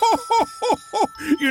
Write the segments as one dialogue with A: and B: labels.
A: You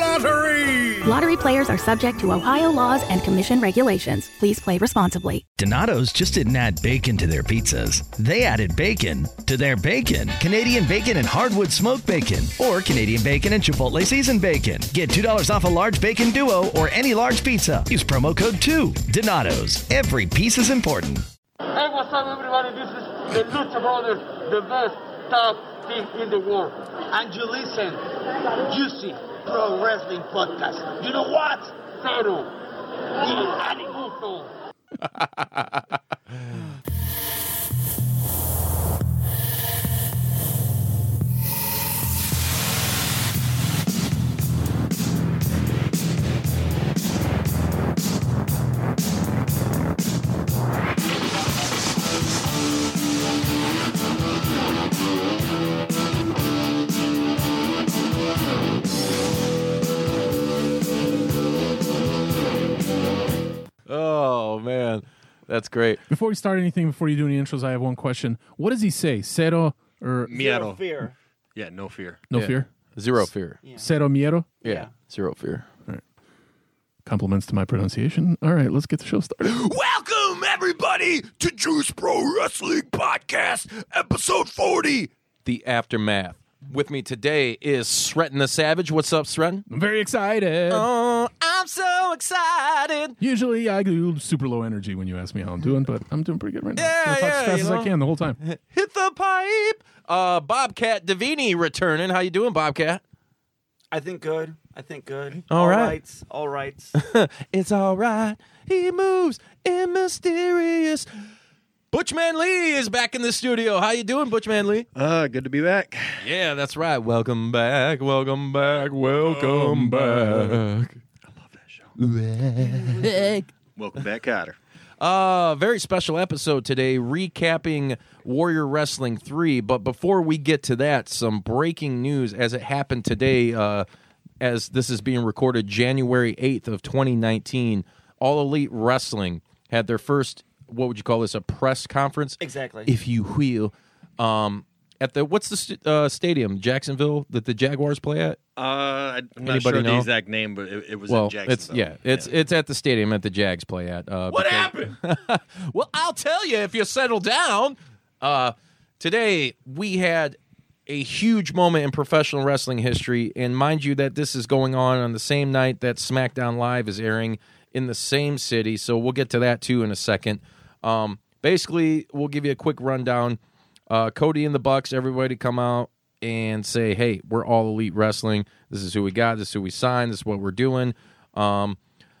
A: Lottery!
B: Lottery players are subject to Ohio laws and commission regulations. Please play responsibly.
C: Donato's just didn't add bacon to their pizzas. They added bacon to their bacon. Canadian bacon and hardwood smoked bacon, or Canadian bacon and Chipotle seasoned bacon. Get $2 off a large bacon duo or any large pizza. Use promo code 2. Donato's. Every piece is important.
D: Hey, what's up, everybody? This is the Lucha Brothers, the best top team in the world. And you listen, Juicy Pro Wrestling Podcast. You know what? Zero. The Animuso.
E: Oh man, that's great.
F: Before we start anything, before you do any intros, I have one question. What does he say? Cero or
D: Zero
G: Miedo.
D: fear.
G: Yeah, no fear.
F: no
E: Yeah.
F: fear?
E: Zero fear. Yeah,
F: Cero miedo?
E: zero fear.
F: Compliments to my pronunciation. All right, let's get the show started.
E: Welcome everybody to Juice Pro Wrestling Podcast, episode forty. The aftermath. With me today is Sretton the Savage. What's up, Sretton?
F: I'm very excited.
E: Oh, I'm so excited.
F: Usually I do super low energy when you ask me how I'm doing, but I'm doing pretty good right now.
E: Yeah,
F: I'm gonna talk
E: yeah,
F: as fast
E: you
F: as
E: know.
F: I can the whole time.
E: Hit the pipe. Uh, Bobcat Davini returning. How you doing, Bobcat?
G: I think good. I think good.
E: All
G: all
E: right.
G: rights. All rights.
E: It's all right. He moves in mysterious. Butchman Lee is back in the studio. How you doing, Butchman Lee?
H: Uh, good to be back.
E: Yeah, that's right. Welcome back. Welcome back. Welcome back.
H: Welcome back, Cotter.
E: Uh, very special episode today, recapping Warrior Wrestling 3. But before we get to that, some breaking news as it happened today, uh, as this is being recorded January 8th of 2019. All Elite Wrestling had their first, what would you call this, a press conference?
G: Exactly.
E: If you will. Um, at the, what's the st- uh, stadium, Jacksonville, that the Jaguars play at?
H: Uh, I'm not
E: Anybody
H: sure
E: know?
H: the exact name, but it, it was
E: well,
H: in
E: it's
H: Jacksonville.
E: yeah, it's it's at the stadium at the Jags play at. Uh, what happened? well, I'll tell you if you settle down. Uh, today we had a huge moment in professional wrestling history, and mind you that this is going on on the same night that SmackDown Live is airing in the same city. So we'll get to that too in a second. Um, basically, we'll give you a quick rundown. Uh, Cody and the Bucks, everybody come out and say, "Hey, we're all elite wrestling. This is who we got. This is who we signed. This is what we're doing." Um,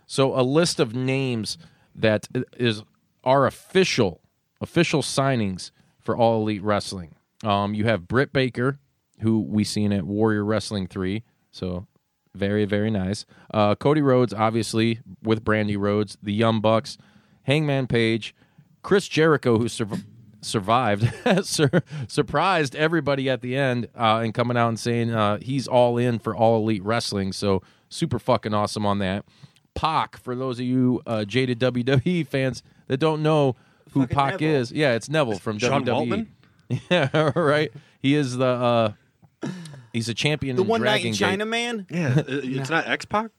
E: so a list of names that is are official official signings for All Elite Wrestling. Um, you have Britt Baker, who we seen at Warrior Wrestling three, so very very nice. Uh, Cody Rhodes, obviously with Brandy Rhodes, the Young Bucks, Hangman Page, Chris Jericho, who surv- survived, sur- surprised everybody at the end uh, and coming out and saying uh, he's all in for all elite wrestling. So super fucking awesome on that. Pac, for those of you uh, jaded WWE fans that don't know who
G: Fucking
E: Pac
G: Neville.
E: is, yeah, it's Neville from
H: John
E: WWE. Yeah, right. He is the uh, he's a champion.
G: the
E: in
G: one night
E: Dragon
G: in
E: Gate.
G: China, man.
H: Yeah, it- it's not X Pac.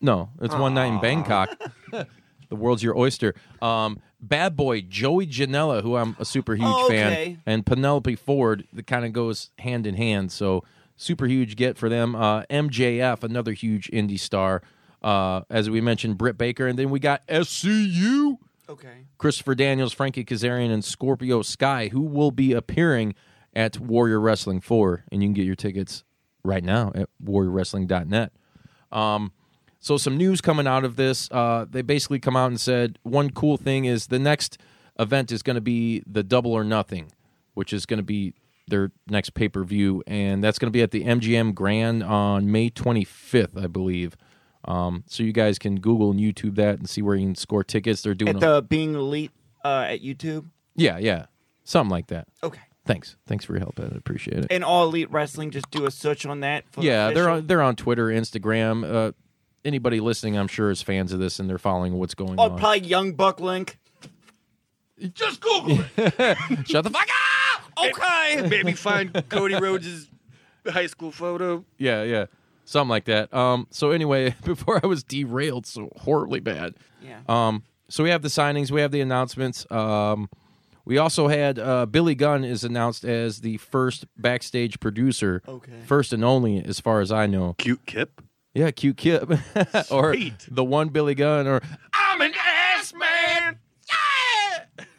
E: No, it's one night in Bangkok. the world's your oyster. Um, bad boy Joey Janela, who I'm a super huge
G: Oh,
E: fan,
G: okay.
E: and Penelope Ford that kind of goes hand in hand. So super huge get for them. Uh, MJF, another huge indie star. Uh, as we mentioned, Britt Baker, and then we got SCU.
G: Okay.
E: Christopher Daniels, Frankie Kazarian, and Scorpio Sky, who will be appearing at Warrior Wrestling 4. And you can get your tickets right now at warriorwrestling.net. Um, so, some news coming out of this. Uh, they basically come out and said one cool thing is the next event is going to be the Double or Nothing, which is going to be their next pay per view. And that's going to be at the MGM Grand on May 25th, I believe. Um, so you guys can Google and YouTube that and see where you can score tickets. They're doing
G: At
E: a-
G: the being elite uh, at YouTube.
E: Yeah, yeah. Something like that.
G: Okay.
E: Thanks. Thanks for your help. I appreciate it.
G: And all elite wrestling, just do a search on that. For
E: yeah, they're
G: official.
E: on they're on Twitter, Instagram. Uh, anybody listening, I'm sure, is fans of this and they're following what's going
G: Oh,
E: on.
G: probably Young Buck Link.
H: Just Google it.
E: Shut the fuck up!
H: Ah, okay. Maybe find Cody Rhodes' high school photo.
E: Yeah, yeah. Something like that. Um, so anyway, before I was derailed so horribly bad.
G: Yeah.
E: Um, so we have the signings, we have the announcements. Um, we also had uh, Billy Gunn is announced as the first backstage producer,
G: Okay.
E: first and only, as far as I know.
H: Cute Kip.
E: Yeah, cute Kip, or the one Billy Gunn, or I'm an ass man.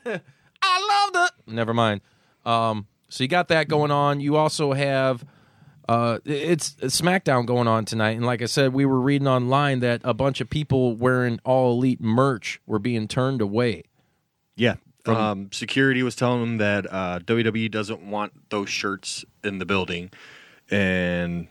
E: Yeah, I love the. Never mind. Um, so you got that going on. You also have. Uh, it's it's SmackDown going on tonight, and like I said, we were reading online that a bunch of people wearing All Elite merch were being turned away.
H: Yeah. um, security was telling them that uh, WWE doesn't want those shirts in the building, and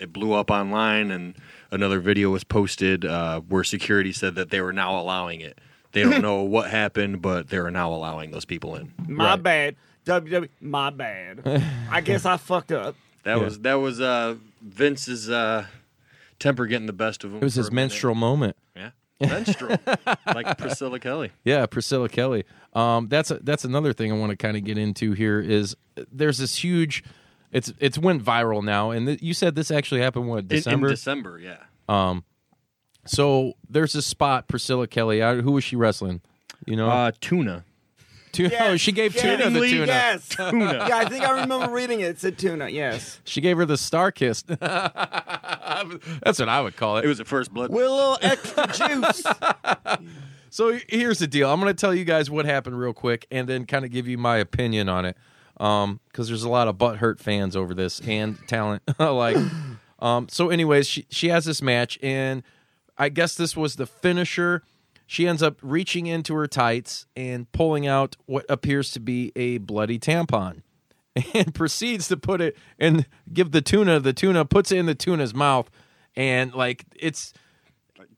H: it blew up online. And another video was posted uh, where security said that they were now allowing it. They don't know what happened, but they are now allowing those people in.
G: My bad. WWE. My bad. I guess I fucked up.
H: That was that was uh, Vince's uh, temper getting the best of him.
E: It was his menstrual moment.
H: yeah, menstrual, like Priscilla Kelly.
E: Yeah, Priscilla Kelly. Um, that's a, that's another thing I want to kind of get into here is uh, there's this huge. It's it's went viral now, and th- you said this actually happened what
H: In-
E: December.
H: in December, yeah.
E: so there's a spot Priscilla Kelly. I, who was she wrestling? You know,
H: Uh, tuna.
E: Tu- oh, she gave Tuna the tuna.
G: Yes. tuna. Yeah, I think I remember reading it. It said tuna. Yes.
E: She gave her the star kiss. that's what I would call it.
H: It was the first blood.
G: With a little extra juice.
E: So here's the deal. I'm going to tell you guys what happened real quick, and then kind of give you my opinion on it, because there's a lot of butthurt fans over this and talent like. Um, so, anyways, she she has this match, and I guess this was the finisher. She ends up reaching into her tights and pulling out what appears to be a bloody tampon, and proceeds to put it and give the tuna. The tuna puts it in the tuna's mouth, and like it's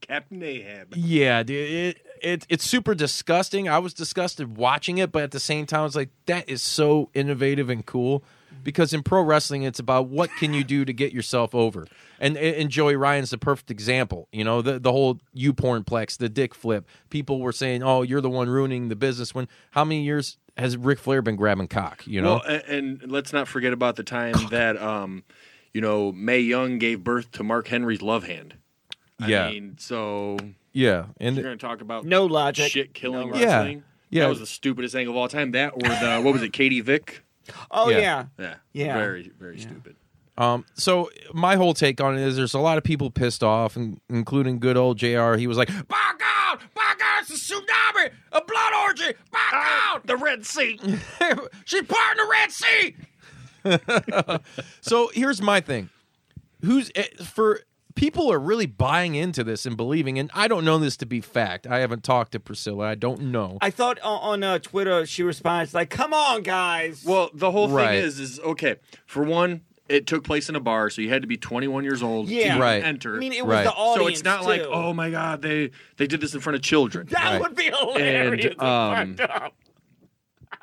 H: Captain Ahab.
E: yeah, dude, it, it it's super disgusting. I was disgusted watching it, but at the same time, it's like that is so innovative and cool. Because in pro wrestling, it's about what can you do to get yourself over, and and Joey Ryan's the perfect example. You know the the whole you pornplex, the dick flip. People were saying, "Oh, you're the one ruining the business." When how many years has Ric Flair been grabbing cock? You know,
H: Well, a- and, let's not forget about the time that, um, you know, May Young gave birth to Mark Henry's love hand. I
E: Yeah.
H: mean, so
E: yeah, and
H: you're going to talk about
G: No logic.
H: shit killing
E: Yeah.
H: wrestling.
E: Yeah.
H: that was the stupidest thing of all time. That or the what was it, Katie Vick?
G: Oh
E: Yeah.
G: yeah.
H: Yeah,
G: Yeah.
H: very very stupid.
E: Um, so my whole take on it is there's a lot of people pissed off, in- including good old JR. He was like, by God, by God, it's a tsunami, a blood orgy, by God, Ah, the Red Sea. She's part of the Red Sea. so here's my thing. Who's eh, for people are really buying into this and believing, and I don't know this to be fact. I haven't talked to Priscilla. I don't know.
G: I thought o- on uh, Twitter she responds like, "Come on, guys."
H: Well, the whole
E: Right.
H: thing is, is okay. For one, it took place in a bar, so you had to be 21 years old to
G: Yeah.
H: even
E: Right.
H: enter.
G: I mean, it was
E: Right.
G: the audience.
H: so it's not like,
G: too.
H: oh my God, they they did this in front of children.
G: that
E: Right.
G: would be hilarious.
H: and um,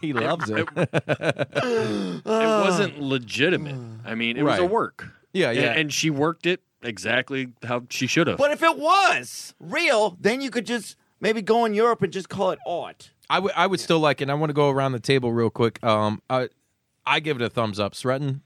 E: He loves it.
H: it wasn't legitimate. I mean, it was a
E: Right.
H: work.
E: Yeah, yeah.
H: And, and she worked it exactly how she should have.
G: but if it was real, then you could just maybe go in Europe and just call it art.
E: I would I would still like, and I want to go around the table real quick. Um, I I give it a thumbs up. Sretton,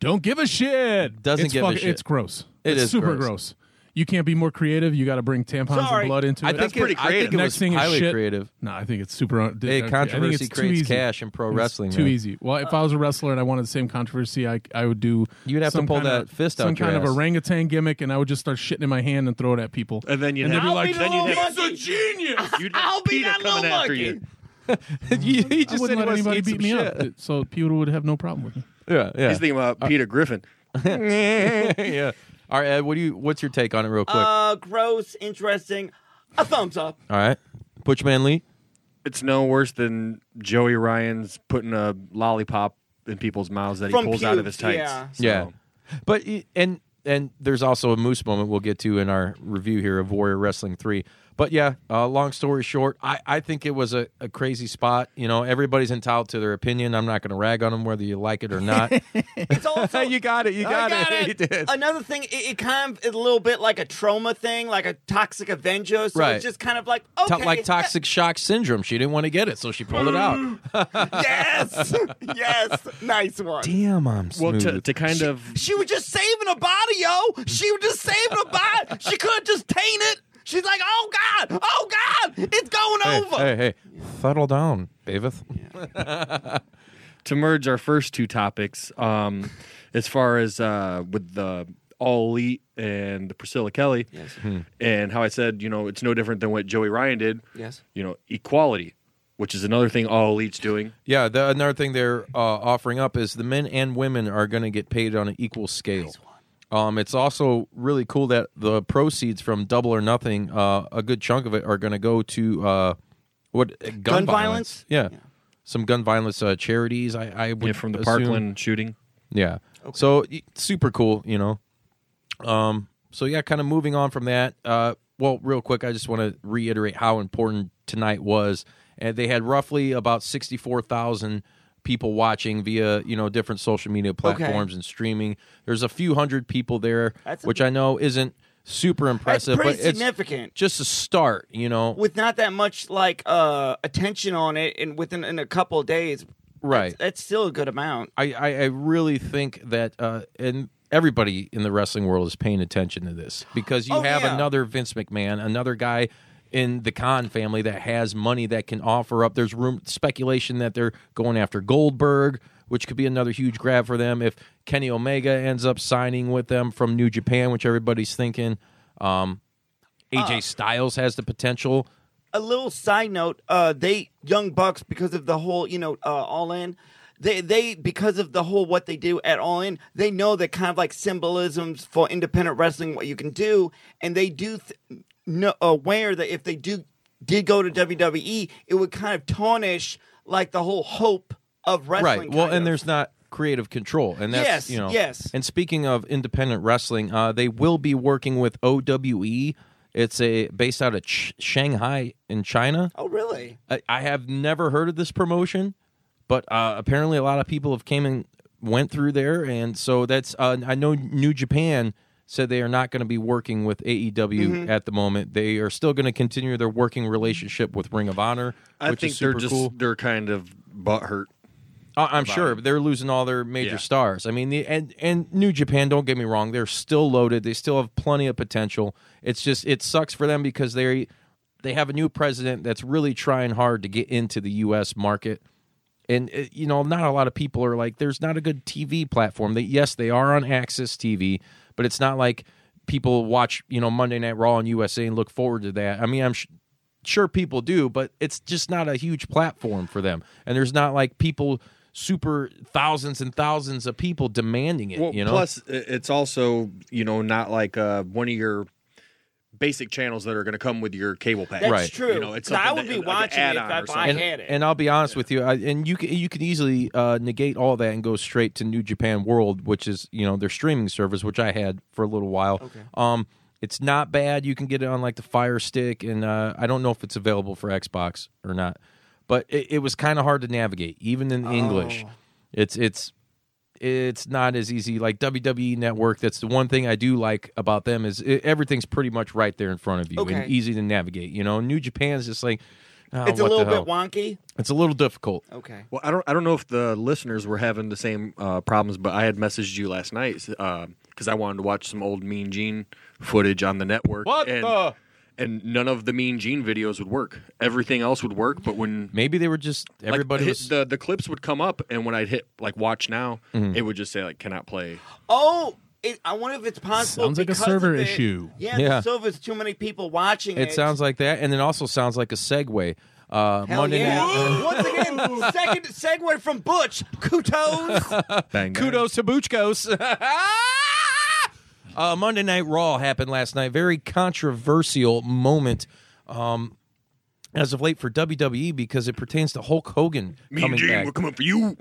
F: Don't give a shit.
E: Doesn't
F: it's
E: give a shit.
F: It's gross.
E: It
F: it's
E: is
F: super
E: gross.
F: gross. You can't be more creative. You got to bring tampons
G: Sorry.
F: and blood into
E: I
F: it.
E: think
H: pretty
E: it, I think
H: creative.
E: it
F: Next
E: was
F: thing is
E: highly
F: shit.
E: creative.
F: No, I think it's super. Un-
E: Hey,
F: I think
E: controversy
F: it's too
E: creates
F: easy.
E: cash in pro
F: It's
E: wrestling,
F: Too
E: man.
F: easy. Well, if I was a wrestler and I wanted the same controversy, I I would do.
E: You'd have to
F: some
E: pull
F: kind
E: that
F: of-
E: fist out
F: Some
E: your
F: kind
E: ass.
F: of orangutan gimmick, and I would just start shitting in my hand and throw it at people.
H: and then you'd
F: And
H: have,
F: they'd be like, "Oh,
G: be the
H: then you'd
G: little
H: have
G: monkey.
H: genius. You'd
G: I'll
H: have
G: be
H: PETA
G: that little
H: coming after you.
G: monkey.
E: he he
F: I
E: just said
F: wouldn't
E: he
F: let
E: wants to
F: anybody
E: eat
F: beat
E: some
F: me
E: shit.
F: up, so people would have no problem with me.
E: Yeah, yeah,
H: He's thinking about Peter Griffin.
E: yeah. All right, Ed, what do you? What's your take on it, real quick?
G: Uh, gross, interesting. A thumbs up.
E: All right, Butchman Lee.
H: It's no worse than Joey Ryan's putting a lollipop in people's mouths that he
G: From
H: pulls out of his
G: pubes,
H: tights.
G: yeah.
H: So-
E: Yeah, but y- and and there's also a moose moment we'll get to in our review here of Warrior Wrestling Three. But yeah, uh, long story short, I, I think it was a, a crazy spot. You know, everybody's entitled to their opinion. I'm not going to rag on them whether you like it or not.
G: It's also
E: you got it. You
G: I
E: got,
G: got
E: You
G: it.
E: did.
G: Another thing, it, it kind of is a little bit like a trauma thing, like a toxic Avenger. So
E: Right.
G: it's just kind of like
E: To-
G: okay,
E: like toxic shock syndrome. She didn't want to get it, so she pulled it out.
G: Yes, yes, nice one.
E: Damn, I'm smooth.
H: Well, to, to kind of
G: She was just saving a body, yo. She was just saving a body. She could just taint it. She's like, oh god, oh god, it's going over.
E: Hey, hey, settle down, David.
H: to merge our first two topics, um, as far as uh, with the All Elite and the Priscilla Kelly,
E: Hmm.
H: and how I said, you know, it's no different than what Joey Ryan did.
G: Yes.
H: You know, equality, which is another thing All Elite's doing.
E: Yeah, the, another thing they're uh, offering up is the men and women are going to get paid on an equal scale. Um, it's also really cool that the proceeds from Double or Nothing, uh, a good chunk of it, are going to go to uh, what gun,
G: Gun violence?
E: Yeah. some gun violence uh, charities. I, I would
H: Yeah, from the
E: assume.
H: Parkland shooting.
E: Yeah. So y- super cool, you know. Um. So yeah, kind of moving on from that. Uh. Well, real quick, I just want to reiterate how important tonight was. And they had roughly about sixty-four thousand people watching via you know different social media platforms and streaming. There's a few hundred people there,
G: That's a-
E: which I know isn't super
G: That's
E: impressive,
G: pretty
E: but it's
G: significant.
E: just a start. You know,
G: with not that much like uh attention on it, and within in a couple of days,
E: right?
G: that's still a good amount.
E: I, I, I really think that uh, and everybody in the wrestling world is paying attention to this because you
G: Oh,
E: have
G: yeah.
E: another Vince McMahon, another guy in the Khan family that has money that can offer up. There's room speculation that they're going after Goldberg, which could be another huge grab for them if Kenny Omega ends up signing with them from New Japan, which everybody's thinking. Um,
G: Uh,
E: AJ Styles has the potential.
G: a little side note uh they young bucks because of the whole you know uh all in they they because of the whole what they do at all in they know that kind of like symbolisms for independent wrestling what you can do and they do th- know aware that if they do did go to WWE it would kind of tarnish like the whole hope of wrestling
E: right well
G: kind
E: and
G: of.
E: there's not creative control and that's
G: Yes,
E: you know
G: yes.
E: and speaking of independent wrestling uh, they will be working with owe it's a based out of Ch- shanghai in china
G: oh really
E: I, I have never heard of this promotion but uh, apparently a lot of people have came and went through there and so that's uh, i know new japan said they are not going to be working with AEW
H: Mm-hmm.
E: at the moment. They are still going to continue their working relationship with Ring of Honor,
H: I
E: which
H: think
E: is super
H: they're just
E: cool.
H: they're kind of butthurt.
E: I- I'm sure but they're losing all their major
H: Yeah.
E: stars. I mean, the, and and New Japan. Don't get me wrong; they're still loaded. They still have plenty of potential. It's just it sucks for them because they they have a new president that's really trying hard to get into the U.S. market, and uh, you know, not a lot of people are like, "There's not a good TV platform." That yes, they are on Access TV, but it's not like people watch you know Monday Night Raw on USA and look forward to that. I mean, I'm. Sh- sure people do, but it's just not a huge platform for them. And there's not like people super thousands and thousands of people demanding it, you know.
H: plus i- it's also you know not like uh, one of your basic channels that are going to come with your cable pack.
G: that's
E: Right.
G: true
H: You know, it's
G: 'Cause I would
H: something
G: be
H: that- like an
G: watching it
H: add-on
G: if
H: or
G: I, I
H: something.
E: and,
G: had it
E: and I'll be honest with you, I, and you can, you can easily uh, negate all that and go straight to New Japan World, which is you know their streaming service, which I had for a little while. Um, it's not bad. You can get it on like the Fire Stick, and uh, I don't know if it's available for Xbox or not. But it, it was kind of hard to navigate, even in
G: Oh.
E: English. It's it's it's not as easy. Like WWE Network, that's the one thing I do like about them is it, everything's pretty much right there in front of you
G: Okay.
E: and easy to navigate. You know, New Japan's just like oh,
G: it's a
E: what the
G: little
E: hell?
G: bit wonky
E: It's a little difficult.
G: okay
H: Well, I don't I don't know if the listeners were having the same uh, problems, but I had messaged you last night because I wanted to watch some old Mean Gene footage on the network.
E: What
H: and,
E: the-
H: And none of the Mean Gene videos would work. Everything else would work, but when
E: Maybe they were just
H: like, uh,
E: everybody
H: hit-
E: was
H: the the clips would come up, and when I'd hit like watch now,
E: Mm-hmm.
H: it would just say like cannot play.
G: Oh, it, I wonder if it's possible.
F: Sounds like a
G: because
F: server
G: of it-
F: issue.
G: Yeah,
E: Yeah.
G: the server's too many people watching. It,
E: it sounds like that, and then also sounds like a segue. Uh,
G: Hell
E: Monday
G: yeah.
E: night.
G: Once again, second segue from Butch Kutos.
H: Bang, bang.
E: Kudos to Buchkos. uh, Monday Night Raw happened last night. Very controversial moment um, as of late for WWE because it pertains to Hulk Hogan
H: Mean
E: coming
H: Gene,
E: back.
H: we're coming for you.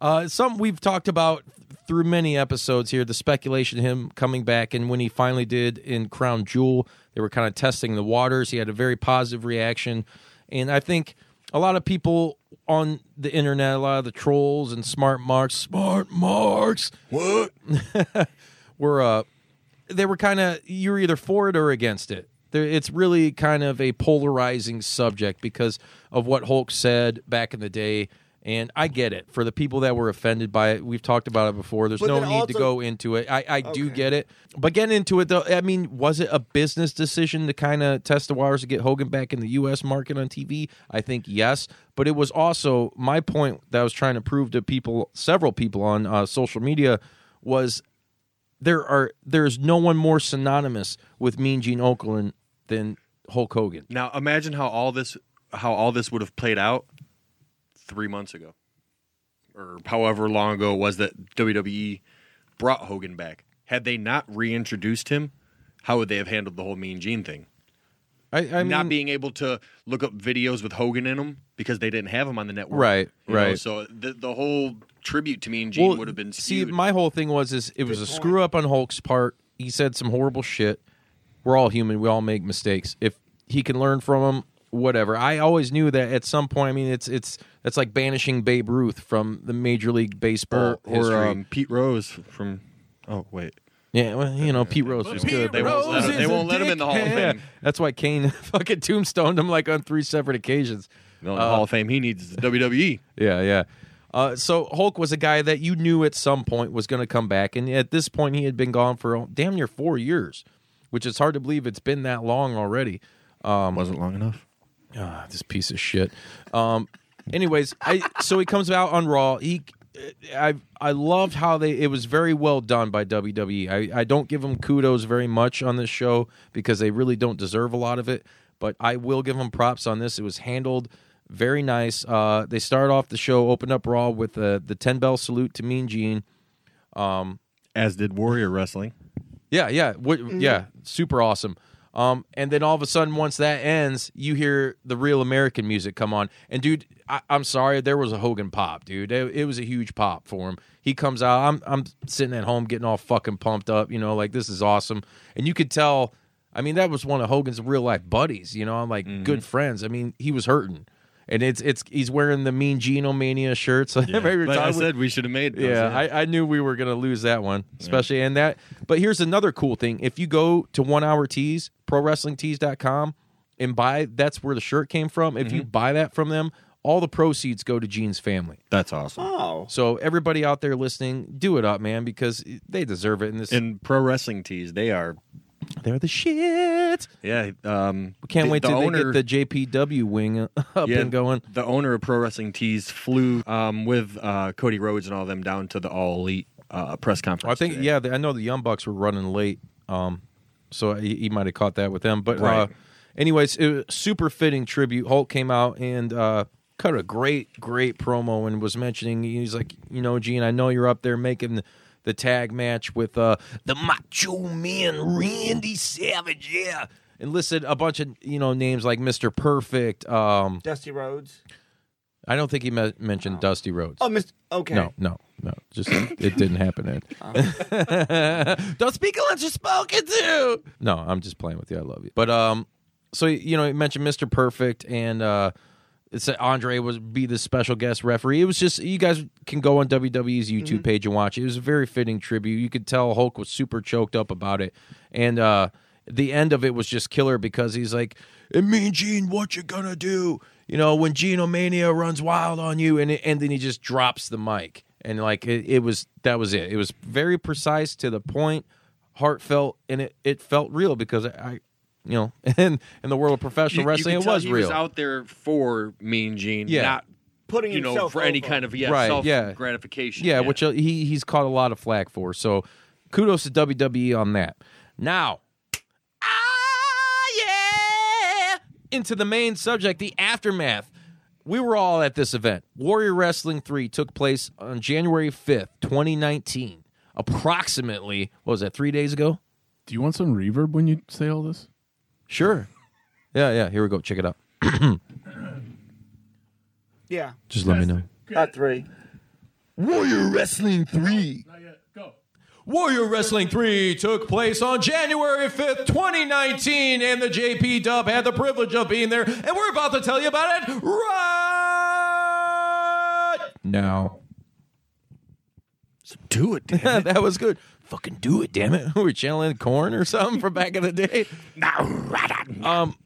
E: Uh, some we've talked about through many episodes here the speculation of him coming back, and when he finally did in Crown Jewel, they were kind of testing the waters. He had a very positive reaction, and I think a lot of people on the internet, a lot of the trolls and smart marks, smart marks, what were uh, they were kind of you're either for it or against it. There, it's really kind of a polarizing subject because of what Hulk said back in the day. And I get it for the people that were offended by it. We've talked about it before. There's
G: But
E: no
G: then
E: need to
G: also-
E: go into it. I, I do get it, but getting into it though, I mean, was it a business decision to kind of test the waters to get Hogan back in the U.S. market on TV? I think yes, but it was also my point that I was trying to prove to people, several people on uh, social media, was there are there's no one more synonymous with Mean Gene Oakland than Hulk Hogan.
H: Now imagine how all this how all this would have played out three months ago, or however long ago it was that WWE brought Hogan back. Had they not reintroduced him, how would they have handled the whole Mean Gene thing?
E: I, I mean,
H: not being able to look up videos with Hogan in them because they didn't have him on the network,
E: Right,
H: You know,
E: right.
H: so the the whole tribute to Mean Gene would have been
E: see.
H: skewed.
E: My whole thing was is it was a screw up on Hulk's part. He said some horrible shit. We're all human. We all make mistakes. If he can learn from them, whatever. I always knew that at some point. I mean, it's it's that's like banishing Babe Ruth from the Major League Baseball
H: or, or
E: history.
H: um, Pete Rose from. Oh wait,
E: yeah, well, you know, Pete Rose was good.
H: They
E: but-
H: won't let him- they won't let him in the Hall of
E: Yeah,
H: Fame.
E: that's why Kane fucking tombstoned him like on three separate occasions.
H: No, the Hall of Fame. He needs the WWE.
E: Yeah, yeah. Uh, so Hulk was a guy that you knew at some point was going to come back, and at this point he had been gone for oh, damn near four years, which is hard to believe it's been that long already.
H: Um, Wasn't long enough.
E: Ah, this piece of shit. Um, anyways, I so he comes out on Raw. He, I, I loved how they. It was very well done by WWE. I, I don't give them kudos very much on this show because they really don't deserve a lot of it. But I will give them props on this. It was handled very nice. Uh, they started off the show, opened up Raw with uh, the ten bell salute to Mean Gene.
H: As did Warrior Wrestling.
E: Yeah, yeah, what, yeah, super awesome. Um, and then all of a sudden, once that ends, you hear the real American music come on. And dude, I, I'm sorry, there was a Hogan pop, dude. It, it was a huge pop for him. He comes out. I'm I'm sitting at home getting all fucking pumped up, you know, like this is awesome. And you could tell. I mean, that was one of Hogan's real life buddies. You know, I'm like
H: Mm-hmm.
E: good friends. I mean, he was hurting, and it's it's he's wearing the Mean Genomania shirt. So every
H: Like
E: time we-
H: I said, we should have made. those,
E: yeah, I, I knew we were going to lose that one, especially and that. But here's another cool thing. If you go to one hour tees, prowrestlingtees.com, and buy that's where the shirt came from. If you
H: Mm-hmm.
E: buy that from them, all the proceeds go to Gene's family.
H: that's awesome.
G: Oh,
E: So everybody out there listening, do it up, man, because they deserve it. And this,
H: And pro wrestling tees, they are.
E: they're the shit.
H: Yeah, um,
E: We can't
H: the-
E: wait
H: the
E: till
H: owner,
E: they get the JPW wing up
H: yeah,
E: and going.
H: The owner of pro wrestling tees flew um, with uh, Cody Rhodes and all them down to the All Elite uh, press conference.
E: I think
H: today.
E: yeah, the, I know the Young Bucks were running late, um, so he, he might have caught that with them. But uh,
H: Right.
E: anyways, it was super fitting tribute. Hulk came out and uh, cut a great, great promo and was mentioning he's like, you know, Gene, I know you're up there making the, the tag match with uh, the Macho Man Randy Savage, yeah, and listed a bunch of you know names like Mister Perfect. Um,
G: Dusty Rhodes.
E: I don't think he me- mentioned Dusty Rhodes.
G: Oh, Mr. Okay.
E: No, no, no. Just it didn't happen. Ed. Don't speak unless you're spoken to. No, I'm just playing with you. I love you. But um, so you know, you mentioned Mr. Perfect and uh, it said Andre was be the special guest referee. It was just you guys can go on WWE's YouTube page and watch. It was a very fitting tribute. You could tell Hulk was super choked up about it, and uh, the end of it was just killer because he's like, "And Mean Gene, what you gonna do? You know, when Genomania runs wild on you," and it, and then he just drops the mic, and like it, it was that was it. It was very precise to the point, heartfelt, and it it felt real because I. you know, in in the world of professional
H: You- you
E: wrestling,
H: could
E: it
H: tell
E: was
H: he
E: real.
H: was out there for Mean Gene,
E: Yeah.
H: not
G: Putting
H: you know
G: himself
H: for any
G: over.
H: kind of yeah,
E: Right,
H: self
E: yeah.
H: gratification.
E: Yeah, which uh, he he's caught a lot of flack for. So kudos to WWE on that. Now, ah, yeah, into the main subject, the aftermath. We were all at this event. Warrior Wrestling 3 took place on January 5th, 2019. Approximately, what was that, three days ago?
F: Do you want some reverb when you say all this?
E: Sure. Yeah, yeah, here we go. Check it out.
G: Yeah.
E: Just let me know.
G: Not three.
I: Warrior Wrestling 3
E: Warrior Wrestling 3 took place on January 5th, 2019, and the JP Dub had the privilege of being there, and we're about to tell you about it right now.
H: Do it, damn
E: that was good. Fucking do it, damn it. We were channeling corn or something from back in the day. Um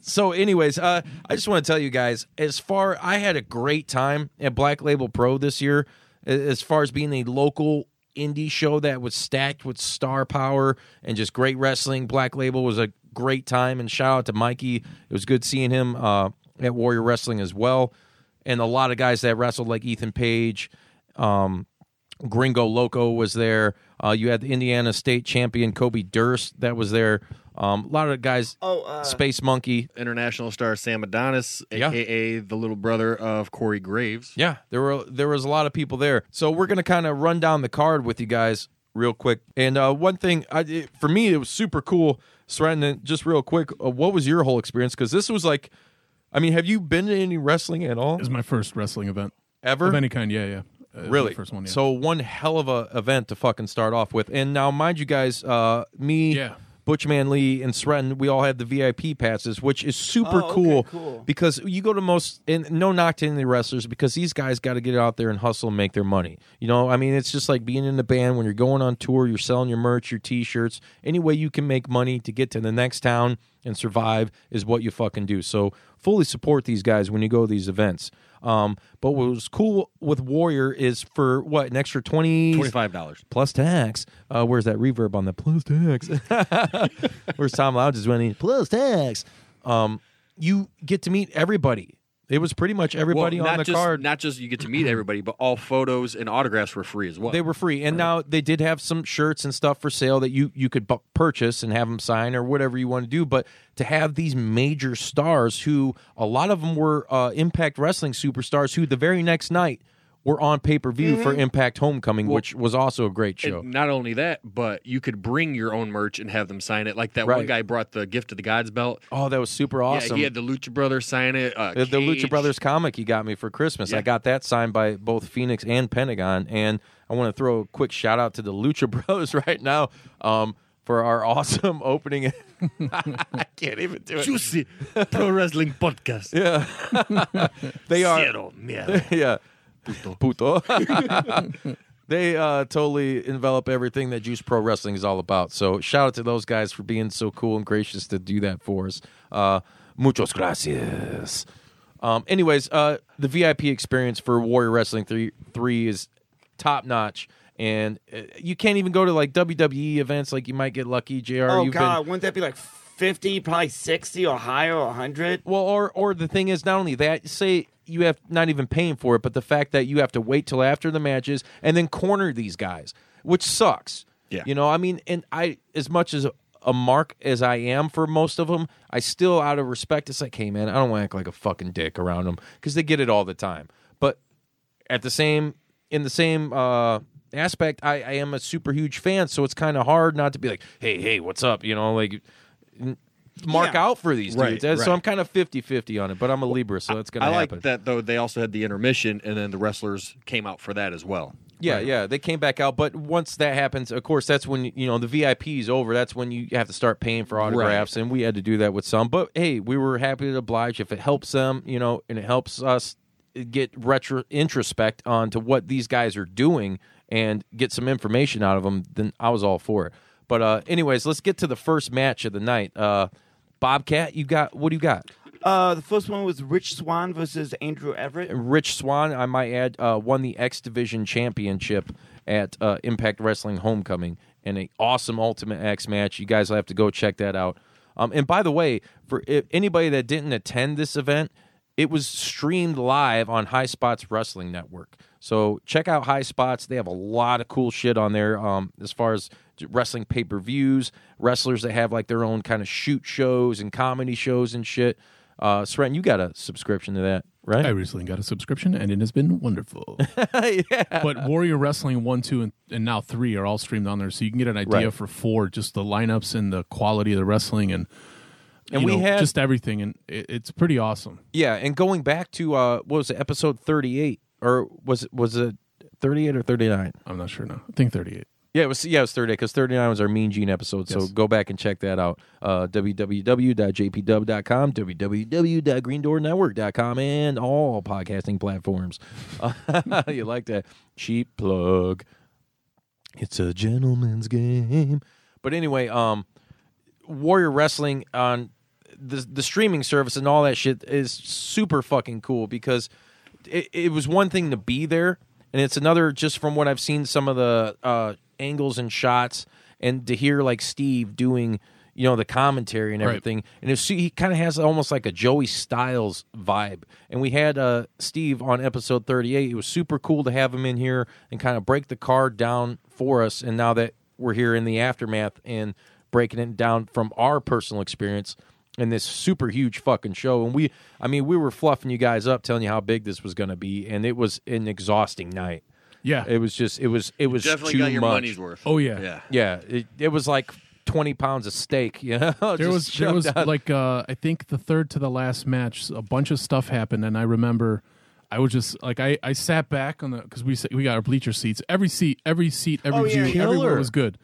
E: so anyways, uh I just want to tell you guys as far I had a great time at Black Label Pro this year a- as far as being a local indie show that was stacked with star power and just great wrestling. Black Label was a great time and shout out to Mikey. It was good seeing him uh at Warrior Wrestling as well and a lot of guys that wrestled like Ethan Page um Gringo Loco was there. Uh, you had the Indiana State champion Kobe Durst that was there. Um, a lot of guys.
G: Oh, uh,
E: Space Monkey.
H: International star Sam Adonis,
E: Yeah.
H: aka the little brother of Corey Graves.
E: Yeah, there were there was a lot of people there. So we're gonna kind of run down the card with you guys real quick. And uh, one thing I, it, for me, it was super cool. Srendan, just real quick, uh, what was your whole experience? Because this was like, I mean, have you been to any wrestling at all
F: It was my first wrestling event
E: ever?
F: of any kind. Yeah, yeah. Uh, it was
E: Really?
F: the first one. Yeah.
E: So one hell of a event to fucking start off with. And now, mind you guys, uh, me,
F: Yeah.
E: Butchman Lee, and Sren, we all had the VIP passes, which is super
G: Oh, okay,
E: cool,
G: cool.
E: because you go to most and no knock to any of the wrestlers because these guys got to get out there and hustle and make their money. You know, I mean, it's just like being in the band when you're going on tour, you're selling your merch, your T-shirts, any way you can make money to get to the next town and survive is what you fucking do. So fully support these guys when you go to these events. Um, but what was cool with Warrior is for what an extra twenty
H: dollars.
E: plus tax. Uh, where's that reverb on the plus tax? where's Tom Lounge is running plus tax? Um, you get to meet everybody. It was pretty much everybody
H: not
E: on the
H: just,
E: card.
H: Not just you get to meet everybody, but all photos and autographs were free as well.
E: they were free, and now they did have some shirts and stuff for sale that you you could bu- purchase and have them sign or whatever you want to do. But to have these major stars, who a lot of them were uh, Impact Wrestling superstars, who the very next night were on pay per view for
H: Mm-hmm.
E: Impact Homecoming, which was also a great show.
H: And not only that, but you could bring your own merch and have them sign it. Like that
E: Right.
H: one guy brought the gift of the gods belt.
E: oh, that was super
H: Yeah,
E: awesome.
H: he had the Lucha Brothers sign it. Uh,
E: the, the Lucha
H: Cage.
E: Brothers comic he got me for Christmas. I
H: Yeah.
E: got that signed by both Phoenix and Pentagon. And I want to throw a quick shout out to the Lucha Bros right now um, for our awesome opening. I can't even do it.
H: Juicy Pro Wrestling Podcast. Yeah,
E: They are
H: mierda.
E: yeah. Puto. they uh, totally envelop everything that Juice Pro Wrestling is all about. So shout out to those guys for being so cool and gracious to do that for us. Uh, muchos gracias. Um, anyways, uh, the VIP experience for Warrior Wrestling 3, 3 is top notch. And uh, you can't even go to like WWE events. Like you might get lucky, JR.
G: oh
E: you've
G: God,
E: been,
G: wouldn't that be like fifty, probably sixty or higher, or hundred?
E: Well, or or the thing is, not only that, say you have not even paying for it, but the fact that you have to wait till after the matches and then corner these guys, which sucks.
H: Yeah.
E: you know, I mean, and I as much as a mark as I am for most of them, I still out of respect, it's like, hey man, I don't want to act like a fucking dick around them because they get it all the time. But at the same in the same uh aspect i, I am a super huge fan so it's kind of hard not to be like hey hey what's up you know like n- mark
G: Yeah.
E: out for these
H: Right,
E: dudes And so
H: right.
E: i'm kind of 50-50 on it but i'm a libra so that's gonna
H: I
E: happen
H: like that though. They also had the intermission, and then the wrestlers came out for that as well.
E: yeah yeah they came back out but once that happens of course that's when you know the vip is over that's when you have to start paying for autographs and we had to do that with some but hey we were happy to oblige if it helps them you know and it helps us get retro introspect onto what these guys are doing and get some information out of them then i was all for it but uh anyways let's get to the first match of the night uh bobcat you got what do you got
G: Uh, the first one was Rich Swan versus Andrew Everett.
E: Rich Swan, I might add, uh, won the X Division Championship at uh, Impact Wrestling Homecoming in an awesome Ultimate X match. You guys will have to go check that out. Um, and by the way, for i anybody that didn't attend this event, it was streamed live on High Spots Wrestling Network. So check out High Spots. They have a lot of cool shit on there um, as far as wrestling pay per views, wrestlers that have like their own kind of shoot shows and comedy shows and shit. Uh, Sren, you got a subscription to that, right?
F: I recently got a subscription and it has been wonderful.
E: yeah.
F: but Warrior Wrestling one, two, and, and now three are all streamed on there, so you can get an idea
E: Right.
F: for four, just the lineups and the quality of the wrestling and
E: And
F: you
E: we
F: know,
E: had-
F: just everything, and it, it's pretty awesome.
E: Yeah, and going back to uh what was it, episode 38 or was it was it 38 or 39?
F: I'm not sure now. I think 38.
E: Yeah, it was yeah, it was Thursday because 39 was our Mean Gene episode. So go back and check that out. Uh, www.jpdub.com, www.greendoornetwork.com, and all podcasting platforms. Uh, you like that cheap plug? It's a gentleman's game. But anyway, um, Warrior Wrestling on the the streaming service and all that shit is super fucking cool because it, it was one thing to be there and it's another just from what I've seen some of the uh, angles and shots and to hear like Steve doing you know the commentary and
F: Right.
E: everything and it's, he kind of has almost like a Joey Styles vibe and we had uh, Steve on episode 38 it was super cool to have him in here and kind of break the card down for us and now that we're here in the aftermath and breaking it down from our personal experience in this super huge fucking show and we i mean we were fluffing you guys up telling you how big this was going to be and it was an exhausting night
F: Yeah.
E: it was just it was it was
H: Definitely
E: too
H: got your
E: much
H: money's worth.
F: Oh, yeah.
H: Yeah.
E: yeah it, it was like 20 pounds of steak you know
F: There was there was like uh, I think the third to the last match, a bunch of stuff happened, and I remember I was just like I, I sat back on the because we sa- we got our bleacher seats. Every seat, every seat, every
G: Oh, yeah,
F: view,
G: yeah.
F: everywhere
E: Killer.
F: was good.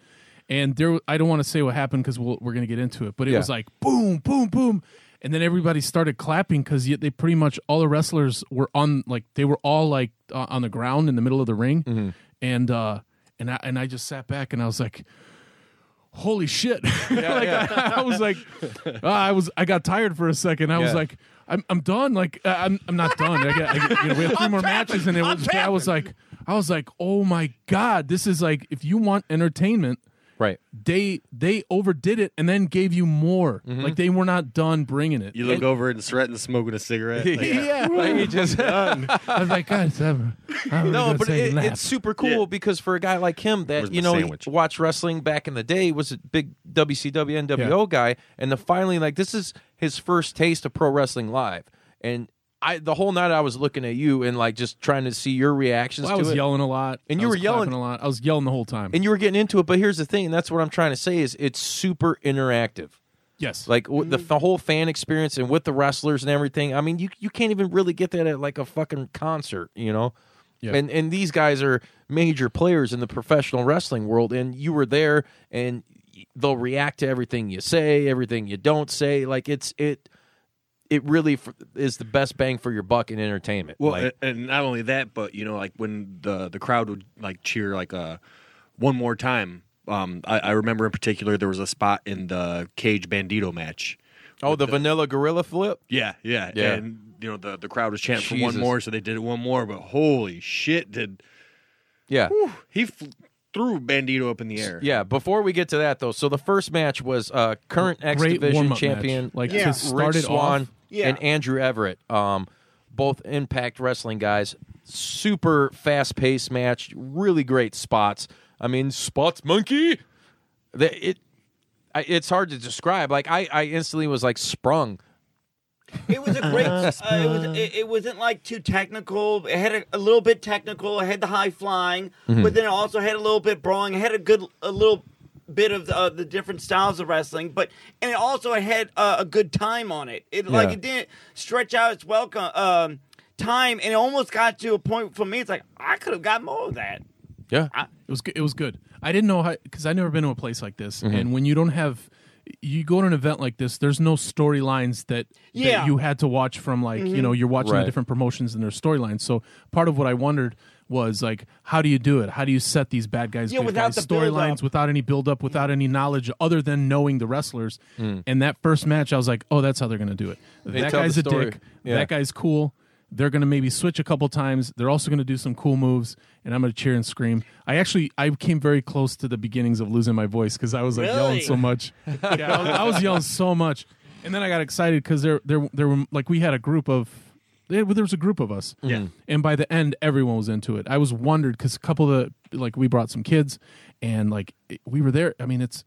F: And there, wa- I don't want to say what happened because we'll, we're gonna get into it, but it
E: Yeah.
F: was like boom, boom, boom, and then everybody started clapping because they pretty much all the wrestlers were on like they were all like uh, on the ground in the middle of the ring, and uh, and I and I just sat back and I was like holy shit like I, I was like uh, i was i got tired for a second i was
E: Yeah.
F: like i'm, I'm done like uh, i'm, I'm not done I got, I got- you know, we have 3 more matches and it was but i was like i was like oh my god this is like if you want entertainment
E: right
F: they they overdid it and then gave you more
E: Mm-hmm.
F: like they were not done bringing it
H: You look over and threaten smoking a cigarette. Like,
F: yeah
E: Like, you just
F: i was like guys i'm, I'm
E: no, but it, it's
F: it's
E: super cool because for a guy like him
H: Where's
E: that
H: my
E: you know he
H: sandwich?
E: watched wrestling back in the day was a big WCW NWO guy, and the finally like this is his first taste of pro wrestling live, and I the whole night I was looking at you and like just trying to see your reactions
F: I
E: to
F: was
E: it.
F: yelling a lot,
E: And
F: I
E: you
F: was
E: were yelling-
F: clapping a lot. I was yelling the whole time.
E: and you were getting into it, but here's the thing, and that's what I'm trying to say is it's super interactive.
F: yes,
E: Like w- the, the whole fan experience and with the wrestlers and everything. I mean, you you can't even really get that at like a fucking concert, you know.
F: Yeah.
E: And and these guys are major players in the professional wrestling world, and you were there, and y- they'll react to everything you say, everything you don't say. Like it's it it really f- is the best bang for your buck in entertainment.
H: Well,
E: Like,
H: a- and not only that, but you know, like when the the crowd would like cheer like uh, one more time. Um, I, I remember in particular there was a spot in the Cage Bandito match.
E: oh, the, Vanilla Gorilla flip.
H: Yeah, yeah,
E: Yeah.
H: And you know the the crowd was chanting for
E: Jesus.
H: one more, so they did it one more. But holy shit, did
E: Yeah.
H: he fl- threw Bandito up in the air?
E: Yeah, before we get to that though, so the first match was uh, current X
F: Great
E: Division
F: warm-up
E: champion
F: match. Like,
E: Rick
F: to start it
E: Swan
F: off-
G: Yeah.
E: and Andrew Everett, um, both Impact Wrestling guys. Super fast paced match, really great spots. I mean, spots monkey. The, it, I, it's hard to describe. Like I, I instantly was like sprung.
G: It was a great. Uh, it, was, it, it wasn't like too technical. It had a, a little bit technical. It had the high flying, but then it also had a little bit brawling. It had a good, a little bit of the, uh, the different styles of wrestling, but and it also had uh, a good time on it. It like
E: Yeah.
G: it didn't stretch out its welcome um, time, and it almost got to a point for me. It's like I could have got more of that.
E: Yeah,
F: It was good. It was good. I didn't know how because I've never been to a place like this, and when you don't have, you go to an event like this. There's no storylines that,
G: Yeah. Mm-hmm.
F: that you had to watch from like you know you're watching
E: Right.
F: the different promotions and their storylines. So part of what I wondered was like, how do you do it? How do you set these bad guys?
G: Yeah,
F: good guys
G: without the build-up.
F: storylines, without any build up, without any knowledge other than knowing the wrestlers. And that first match, I was like, oh, that's how they're gonna do it. that
E: Hmm. tell the
F: guy's a
E: story.
F: dick.
E: Yeah.
F: That guy's cool. They're gonna maybe switch a couple times. They're also gonna do some cool moves, and I'm gonna cheer and scream. I actually I came very close to the beginnings of losing my voice because I was like yelling
G: Really?
F: so much. yeah, I was, I was yelling so much, and then I got excited because there there there were like we had a group of there there was a group of us. Yeah, and by the end, everyone was into it. I was wondered because a couple of the like we brought some kids, and like it- we were there. I mean, it's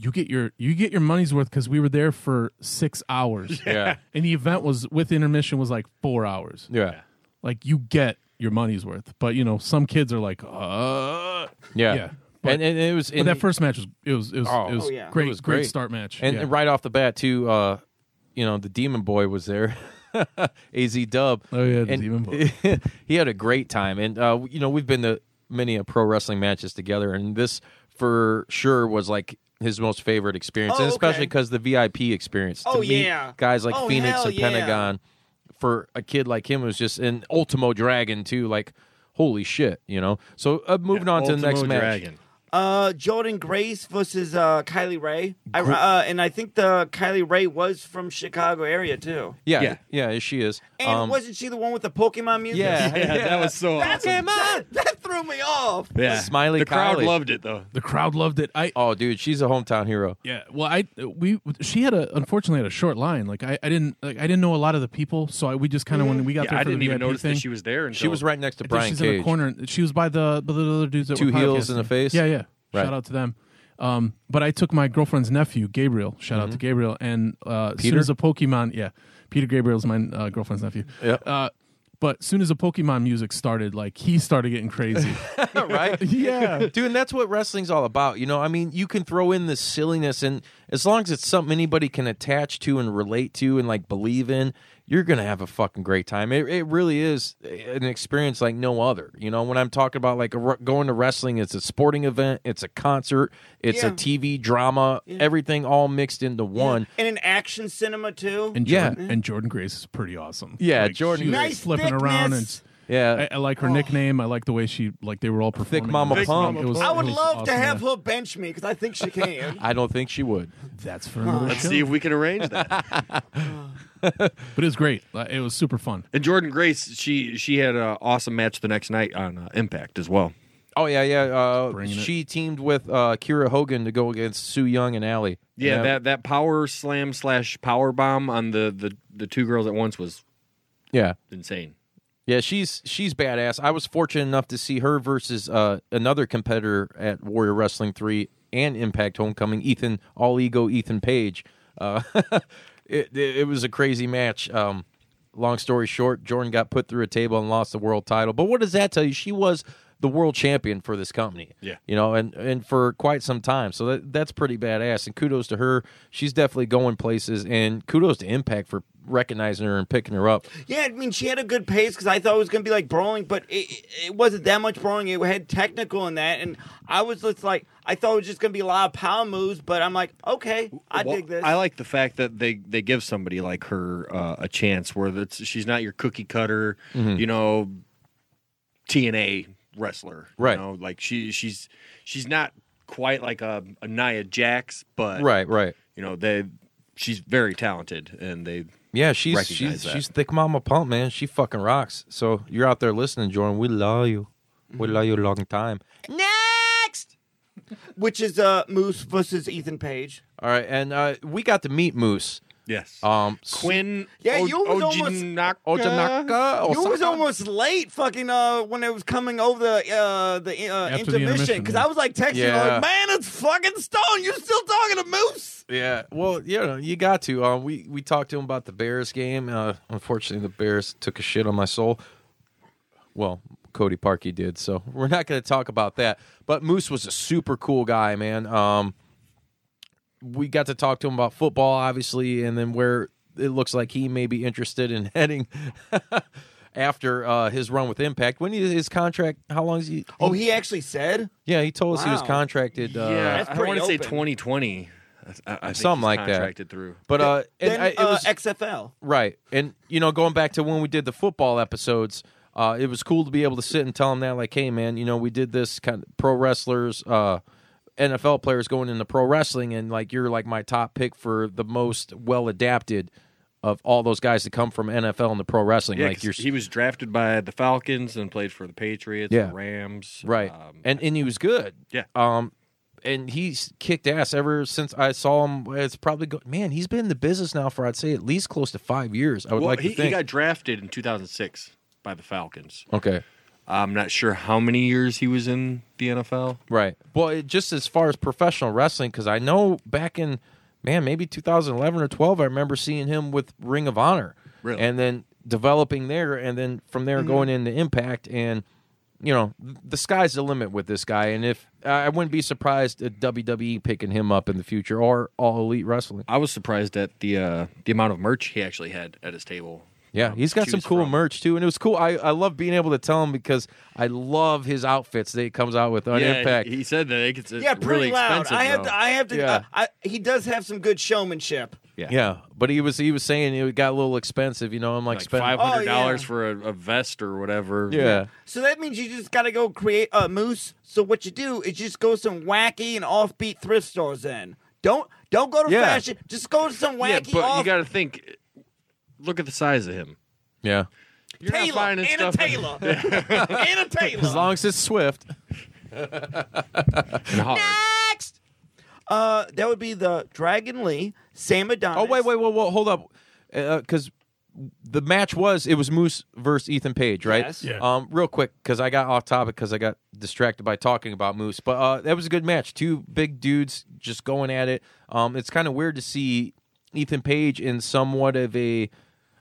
F: you get your you get your money's worth because we were there for six hours.
E: Yeah.
F: and the event was with intermission was like four hours.
E: yeah,
F: Like you get your money's worth, but you know some kids are like, uh,
E: yeah.
F: Yeah, but-
E: and, and it was
F: but
E: and-
F: that first match was it was it was,
E: Oh.
F: it was
G: Oh, yeah.
F: great,
E: It was
F: great
E: great.
F: start match.
E: And
F: Yeah.
E: right off the bat, too, uh, you know, the Demon Boy was there. AZ Dub.
F: Oh, yeah, the
E: And
F: Demon Boy.
E: he had a great time. And, uh, you know, we've been to many a pro wrestling matches together, and this for sure was like his most favorite experience,
G: Oh,
E: and especially
G: okay.
E: because the VIP experience. To
G: Oh,
E: meet
G: yeah.
E: guys like
G: Oh,
E: Phoenix
G: hell
E: and
G: yeah.
E: Pentagon for a kid like him was just an Ultimo Dragon too. Like, holy shit, you know. So uh, moving on to the next
H: Ultimo
E: match.
H: Dragon.
G: Uh, Jordan Grace versus uh, Kylie Ray, I, uh, and I think the Kylie Ray was from Chicago area too.
E: Yeah, yeah,
H: Yeah.
E: she is.
G: And
E: Um,
G: wasn't she the one with the Pokemon music?
E: yeah,
H: Yeah, that was so
G: That's
H: awesome.
G: that, that threw me off.
H: Yeah.
E: Smiley
H: the crowd
E: Kylie.
H: loved it though.
F: The crowd loved it. I
E: oh, dude, she's a hometown hero.
F: Yeah, well, I we she had a unfortunately had a short line. Like I, I didn't like I didn't know a lot of the people, so I, we just kind of when we got
H: Yeah,
F: there
H: I
F: for
H: didn't
F: the
H: even
F: VIP
H: notice
F: thing,
H: that she was there. Until
E: She was right next to
F: I think
E: Brian
F: she's
E: Cage.
F: in the corner. She was by the by the other dudes that
E: Two
F: were
E: heels and a
F: podcasting.
E: face?
F: Yeah, yeah.
E: Right.
F: Shout out to them. Um, but I took my girlfriend's nephew Gabriel. Shout out to Gabriel and uh, as soon
E: Mm-hmm. Peter?
F: as a Pokemon, yeah, Peter Gabriel's my uh, girlfriend's nephew.
E: Yeah.
F: Uh, but soon as the Pokemon music started, like he started getting crazy.
E: right?
F: yeah.
E: Dude, and that's what wrestling's all about. You know, I mean, you can throw in this silliness, and as long as it's something anybody can attach to and relate to and like believe in, you're gonna have a fucking great time. It, it really is an experience like no other. You know, when I'm talking about like a re- going to wrestling, it's a sporting event, it's a concert, it's a
G: Yeah.
E: TV drama, everything all mixed into one.
G: And an action cinema too.
F: And
E: Yeah.
F: Jordan, and Jordan Grace is pretty awesome.
E: Yeah,
F: Like,
E: Jordan
F: she was
E: Grace.
F: flipping around and
G: Nice
E: Yeah,
F: I, I like her
G: Oh.
F: nickname. I like the way she like they were all performing.
E: Mama
F: It was-
E: Pump.
F: it was-
G: I would
F: it was
G: love to
F: awesome,
G: have
F: yeah.
G: her bench me because I think she can.
E: I don't think she would.
F: That's for another
H: Let's
F: show.
H: see if we can arrange that.
F: But it was great. Like, It was super fun.
H: and Jordan Grace, she she had an awesome match the next night on uh, Impact as well.
E: Oh yeah, yeah. Uh,
F: Bringing it.
E: she teamed with uh, Kira Hogan to go against Sue Young and Allie.
H: Yeah,
E: And
H: that that power slam slash power bomb on the the the two girls at once was
E: yeah.
H: insane.
E: Yeah, she's she's badass. I was fortunate enough to see her versus uh, another competitor at Warrior Wrestling Three and Impact Homecoming, Ethan All Ego Ethan Page. Uh, it, it it was a crazy match. Um, long story short, Jordan got put through a table and lost the world title. But what does that tell you? She was the world champion for this company.
H: Yeah.
E: you know, and and for quite some time. So that that's pretty badass. And kudos to her. She's definitely going places. And kudos to Impact for recognizing her and picking her up.
G: yeah, I mean, she had a good pace because I thought it was going to be like brawling, but it, it- it wasn't that much brawling. It had technical in that, and I was just like, I thought it was just going to be a lot of power moves, but I'm like, okay, I
H: Well,
G: dig this.
H: I like the fact that they they give somebody like her uh, a chance where that's she's not your cookie cutter, you know, TNA wrestler. you
E: Right.
H: know, like she she's she's not quite like a, a Nia Jax, but
E: Right, right.
H: You know, they she's very talented and they
E: Yeah, she's
H: recognize
E: she's
H: that.
E: she's thick mama pump, man. She fucking rocks. So you're out there listening, Jordan. We love you. We
H: Mm-hmm.
E: love you a long time.
G: which is uh, Moose versus Ethan Page.
E: All right, and uh, we got to meet Moose.
H: yes.
E: Um,
H: Quinn
G: Yeah, you was almost-
H: Ojinaka-
E: Ojanaka.
G: You was almost late, fucking, uh, when it was coming over the uh, the uh,
F: After the
G: intermission
F: intermission,
G: because
F: yeah.
G: I was like texting, you,
E: Yeah.
G: like, man, it's fucking Stone. You still talking to Moose?
E: Yeah. Well, you know, you got to. Um, we we talked to him about the Bears game. Uh, unfortunately, the Bears took a shit on my soul. Well, Cody Parkey did, so we're not going to talk about that. But Moose was a super cool guy, man. Um, we got to talk to him about football, obviously, and then where it looks like he may be interested in heading after uh, his run with Impact. When is his contract? How long is he?
G: Oh, he actually said.
E: yeah, he told us he was
G: Wow.
E: contracted. Uh,
H: yeah,
G: That's
H: I
G: pretty
H: want to say
G: open.
H: 2020. I, I- I think
E: Something
H: he's
E: like that.
H: contracted through.
E: But uh, and
G: Then
E: I, it
G: uh,
E: was
G: XFL.
E: Right. And, you know, going back to when we did the football episodes, uh, it was cool to be able to sit and tell them that, like, hey, man, you know, we did this kind of pro wrestlers, uh, NFL players going into pro wrestling, and, like, you're, like, my top pick for the most well adapted of all those guys to come from NFL into pro wrestling.
H: Yeah,
E: like,
H: 'cause
E: you're.
H: he was drafted by the Falcons and played for the Patriots,
E: Yeah.
H: the Rams.
E: Right.
H: Um,
E: and and he was good.
H: Yeah.
E: Um and he's kicked ass ever since I saw him. It's probably go- man, he's been in the business now for I'd say at least close to 5 years. I would
H: well,
E: like
H: he,
E: to
H: he
E: think.
H: got drafted in 2006 by the Falcons.
E: okay.
H: I'm not sure how many years he was in the NFL.
E: Right. Well, it, just as far as professional wrestling, because I know back in man maybe 2011 or 12, I remember seeing him with Ring of Honor,
H: Really? Mm-hmm.
E: and then developing there, and then from there going into Impact, and you know the sky's the limit with this guy, and if I wouldn't be surprised at WWE picking him up in the future or All Elite Wrestling.
H: I was surprised at the uh, the amount of merch he actually had at his table
E: Yeah, he's got some
H: choose
E: cool
H: from.
E: merch too, and it was cool. I, I love being able to tell him because I love his outfits that he comes out with on
H: yeah,
E: Impact.
H: He, he said that it's, it's
G: yeah, pretty
H: really
G: loud.
H: expensive.
G: I have
H: though.
G: to. I have to.
E: Yeah.
G: uh, I, he does have some good showmanship.
E: yeah. but he was he was saying it got a little expensive. You know, I'm like,
H: like
E: spend- Oh,
H: five hundred dollars
G: Oh, yeah.
H: for a, a vest or whatever.
E: Yeah,
G: So that means you just got to go create a moose. So what you do is just go to some wacky and offbeat thrift stores. Then don't don't go to
E: Yeah.
G: fashion. Just go to some
H: yeah,
G: wacky
H: but
G: off
H: you got to think. Look at the size of him.
E: yeah.
H: You're not
G: Taylor
H: finding
G: Anna
H: stuff-
G: Taylor Anna Taylor.
E: As long as it's Swift.
H: and hard.
E: Next.
G: Uh, that would be the Dragon Lee, Sam Adonis.
E: Oh wait, wait, wait, wait hold up, because the match was it was Moose versus Ethan Page, right?
G: Yes.
F: Yeah.
E: Um, real quick, because I got off topic because I got distracted by talking about Moose, but uh, that was a good match. Two big dudes just going at it. Um, it's kind of weird to see Ethan Page in somewhat of a.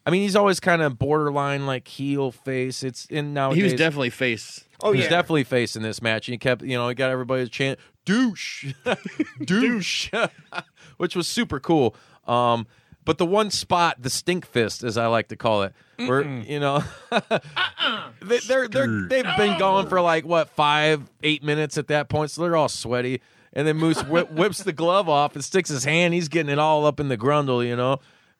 E: I mean, he's always kind of borderline like heel face. It's in now.
H: He was definitely face.
G: Oh
E: He
G: yeah.
E: was definitely facing this match. And he kept, you know, he got everybody to chant douche, douche, which was super cool. Um, but the one spot, the stink fist, as I like to call it, where you know,
G: Uh-uh.
E: they, they're they're they've been going for like what five, eight minutes at that point, so they're all sweaty. And then Moose whip, whips the glove off and sticks his hand. He's getting it all up in the grundle, you know,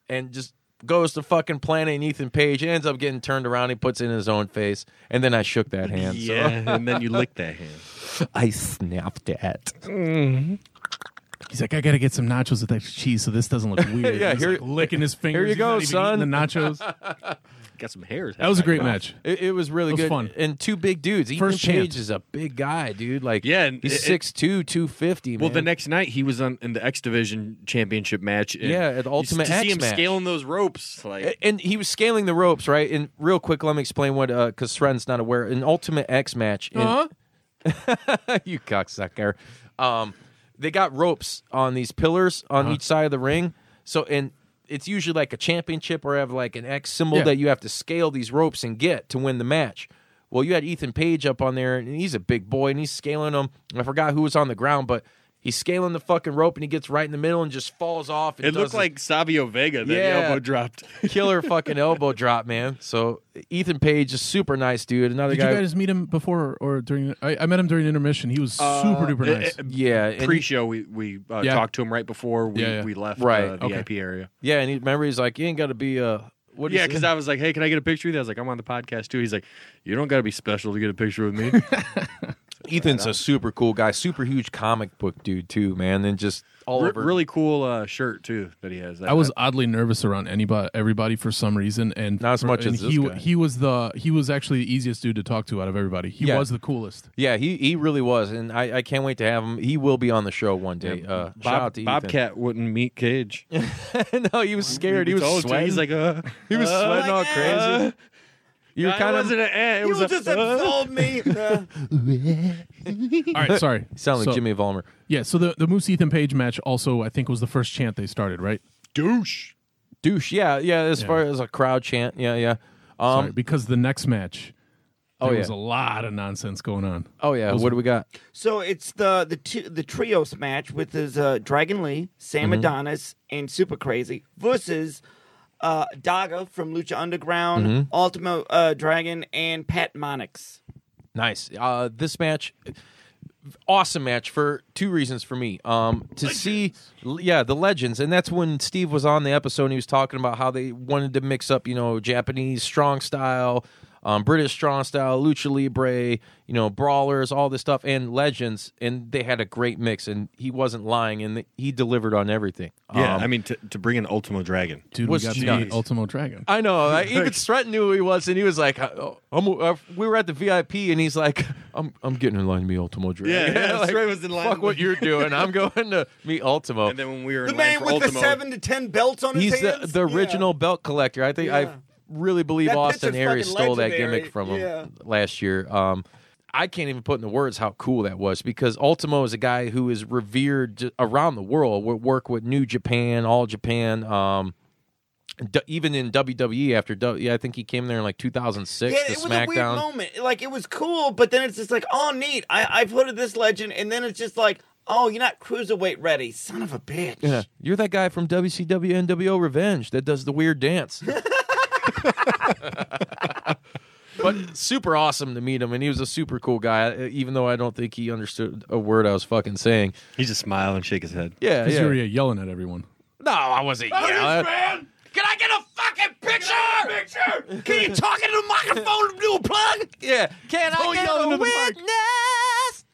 E: and just goes to fucking planning Ethan Page. Ends up getting turned around. He puts it in his own face, and then I shook that hand. so-
H: Yeah, and then you lick that hand.
E: I snapped at.
F: He's like, I gotta get some nachos with extra cheese, so this doesn't look weird.
E: Yeah,
F: He's,
E: here-
F: like, licking his fingers.
E: you
F: He's not
E: go,
F: even eating The nachos.
H: Got some hairs.
F: That was a great
H: Wow.
F: match.
E: It, it was really
F: It was
E: good.
F: fun.
E: And two big dudes. Ethan
F: First
E: Page
F: chance.
E: is a big guy, dude. Like
H: Yeah, and
E: he's
H: it-
E: six two, two fifty.
H: Well, the next night he was on in the X Division Championship match. and
E: Yeah, at the
H: you s-
E: Ultimate
H: to see
E: X
H: him
E: match.
H: scaling those ropes. Like
E: and he was scaling the ropes, right? And real quick, let me explain what because Sren's not aware. An Ultimate X match. In,
F: Huh?
H: Uh-huh.
E: you cocksucker. Um, they got ropes on these pillars on
H: Uh-huh.
E: each side of the ring. So and it's usually like a championship or have like an X symbol
F: Yeah.
E: that you have to scale these ropes and get to win the match. Well, you had Ethan Page up on there, and he's a big boy, and he's scaling them. I forgot who was on the ground, but he's scaling the fucking rope, and he gets right in the middle and just falls off. and
H: it looked
E: does
H: like Savio Vega that
E: Yeah.
H: elbow dropped.
E: this killer fucking elbow drop, man. So Ethan Page is super nice, dude. Another
F: Did
E: guy,
F: you guys meet him before or during? I, I met him during intermission. He was super duper nice.
H: Uh, uh,
E: yeah, and he-
H: Pre-show, we we uh,
F: Yeah.
H: talked to him right before we,
F: Yeah, yeah.
H: we left
E: Right,
H: uh, the
F: okay.
H: VIP area.
E: yeah, and he, remember he's like, you ain't got to be uh, what?
H: Yeah,
E: is it?
H: because I was like, "Hey, can I get a picture?" with you? I was like, "I'm on the podcast too." He's like, "You don't got to be special to get a picture with me."
E: Ethan's a super cool guy, super huge comic book dude too, man, and just all
H: Re-
E: over.
H: really cool uh, shirt too that he has.
F: I was oddly nervous around anybody, everybody for some reason, and
E: Not as much
F: and
E: as this
F: he
E: guy.
F: he was the he was actually the easiest dude to talk to out of everybody. He
E: Yeah.
F: was the coolest.
E: yeah, he he really was, and I, I can't wait to have him. He will be on the show one day. Uh, shout out
H: Bob,
E: to
H: Bobcat wouldn't meet Cage.
E: Ethan. no, he was scared. He
H: We
E: was
H: told you.
E: sweating.
H: He's like, uh,
E: he was sweating all
G: like,
E: crazy. You were
H: I
E: kind
H: wasn't
E: of
H: an ant. It
G: You
H: was a,
G: just
H: uh,
G: absolved me. Uh,
F: All right, sorry.
E: sound like
F: So-
E: Jimmy Vollmer.
F: Yeah, so the, the Moose Ethan Page match also I think was the first chant they started, right?
H: douche.
E: Douche. Yeah, yeah. As
F: Yeah.
E: far as a crowd chant, yeah, yeah. Um,
F: Sorry, because the next match
E: Oh,
F: there
E: yeah.
F: was a lot of nonsense going on.
E: oh yeah. What do we got?
G: so it's the the two, the trios match with his uh, Dragon Lee, Sam
E: Mm-hmm.
G: Adonis, and Super Crazy versus uh, Daga from Lucha Underground,
E: Mm-hmm.
G: Ultimo uh, Dragon, and Pat Monix.
E: Nice. Uh, this match, awesome match for two reasons for me. Um, to see, l- yeah, the legends, and that's when Steve was on the episode. and He was talking about how they wanted to mix up, you know, Japanese strong style, um, British strong style, lucha libre, you know, brawlers, all this stuff, and legends, and they had a great mix. And he wasn't lying, and th- he delivered on everything.
H: Yeah,
E: Um,
H: I mean, to, to bring in Ultimo Dragon.
F: Dude,
E: Was
F: we got
E: nuts.
F: the Ultimo Dragon.
E: I know. I, even Stretton knew who he was, and he was like, oh, I'm, uh, "We were at the VIP, and he's like, I'm, I'm getting in line to meet Ultimo Dragon.
H: Yeah, yeah,
E: Like,
H: Stretton was in line
E: Fuck what you're doing. I'm going to meet Ultimo.
H: And then when we were in
G: The
H: line
G: man
H: for
G: with the
H: Ultimo,
G: seven to ten belts on
E: he's
G: his
E: the,
G: hands.
E: the
G: Yeah.
E: original belt collector. I think I
G: Yeah.
E: really believe
G: That
E: Austin
G: picture's
E: Aries
G: fucking
E: stole that
G: legendary.
E: gimmick from him
G: Yeah.
E: last year. Um, I can't even put into words how cool that was because Ultimo is a guy who is revered j- around the world. Would work with New Japan, All Japan. Um, d- even in WWE after W, yeah, I think he came there in like 2006.
G: Yeah,
E: the
G: it was
E: SmackDown.
G: a weird moment. Like it was cool, but then it's just like, oh neat, I, I've heard of this legend, and then it's just like, oh, you're not cruiserweight ready, son of a bitch.
E: Yeah, you're that guy from WCW NWO Revenge that does the weird dance. but super awesome to meet him, and he was a super cool guy. uh, Even though I don't think he understood a word I was fucking saying.
H: He just smile and shake his head.
E: Yeah,
F: Because
E: Uh, yeah.
F: you were yelling at everyone.
E: No, I wasn't. yelling. Can I get a fucking picture? picture? Can you talk into the microphone and do a plug? Yeah. Can I get a witness?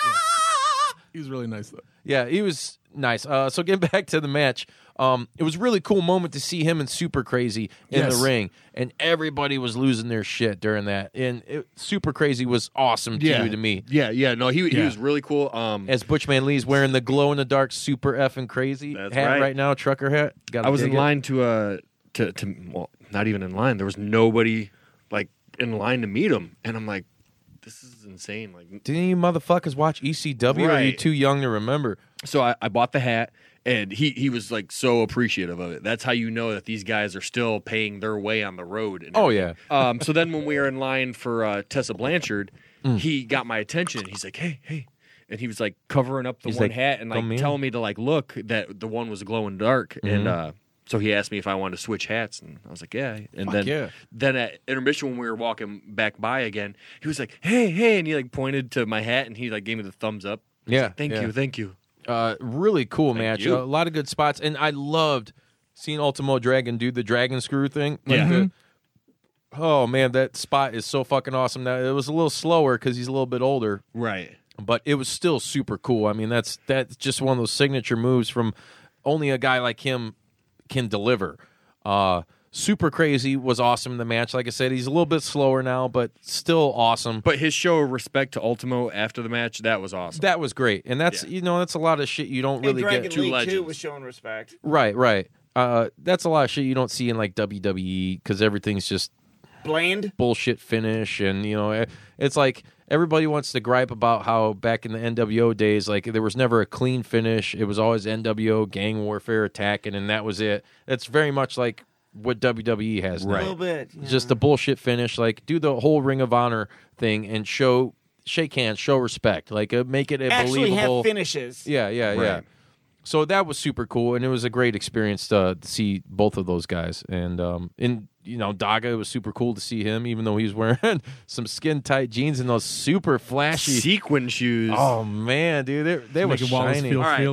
E: Ah!
F: He was really nice though.
E: Yeah, he was nice. Uh, so getting back to the match, um, it was a really cool moment to see him and Super Crazy in
F: Yes.
E: the ring, and everybody was losing their shit during that. And it, Super Crazy was awesome to you to me.
H: Yeah, yeah. No, he he
F: Yeah.
H: was really cool. Um,
E: As Butchman Lee's wearing the glow in the dark super effing crazy
H: That's
E: hat
H: right.
E: right. now, trucker hat. Gotta
H: I was
E: dig
H: in
E: it.
H: line to uh to to well, not even in line. There was nobody like in line to meet him, and I'm like, this is insane. Like,
E: Didn't you motherfuckers watch ECW? Or are you
H: Right.
E: too young to remember?
H: so I, I bought the hat, and he he was like so appreciative of it. That's how you know that these guys are still paying their way on the road. And
E: Oh
H: everything.
E: yeah,
H: um, so then when we were in line for uh, Tessa Blanchard,
E: Mm.
H: he got my attention. He's like, hey, hey. And he was like covering up the
E: He's
H: one
E: like,
H: hat and
E: "Come
H: like
E: in."
H: telling me to like look that the one was glowing dark. And
E: Mm-hmm.
H: uh, so he asked me if I wanted to switch hats. And I was like, yeah. And
E: Fuck
H: then
E: yeah.
H: then at intermission when we were walking back by again, he was like, hey, hey. And he like pointed to my hat and he like gave me the thumbs up. I was
E: Yeah,
H: like, thank
E: yeah.
H: you. Thank you.
E: uh, really cool match.
H: you.
E: A lot of good spots, and I loved seeing Ultimo Dragon do the dragon screw thing. Like
H: Yeah.
E: the-
G: Mm-hmm.
E: oh man, that spot is so fucking awesome. Now it was a little slower because he's a little bit older,
H: Right.
E: but it was still super cool. I mean, that's that's just one of those signature moves from only a guy like him can deliver. Uh, super crazy was awesome in the match. Like I said, he's a little bit slower now, but still awesome.
H: But his show of respect to Ultimo after the match, that was awesome.
E: that was great, and that's
H: Yeah.
E: you know that's a lot of shit you don't really get
G: and Dragon
E: too
G: Lee too
H: legends.
G: was showing respect.
E: Right, right. Uh, that's a lot of shit you don't see in like WWE because everything's just
G: Bland.
E: bullshit finish, and you know it- it's like everybody wants to gripe about how back in the NWO days, like there was never a clean finish. It was always NWO gang warfare attacking, and that was it. That's very much like what WWE has
G: A
E: now.
G: little bit.
E: It's Just the bullshit finish. Like do the whole Ring of Honor thing and show, shake hands, show respect. Like uh, make it a
G: Actually
E: believable
G: have finishes.
E: yeah, yeah, yeah.
H: Right.
E: So that was super cool, and it was a great experience to, to see both of those guys. And um, and you know, Daga it was super cool to see him, even though he's wearing some skin tight jeans and those super flashy.
H: Sequin shoes.
E: oh man, dude, they, they were
F: Making Wallace
E: shining.
F: feel
H: All right.
F: feel-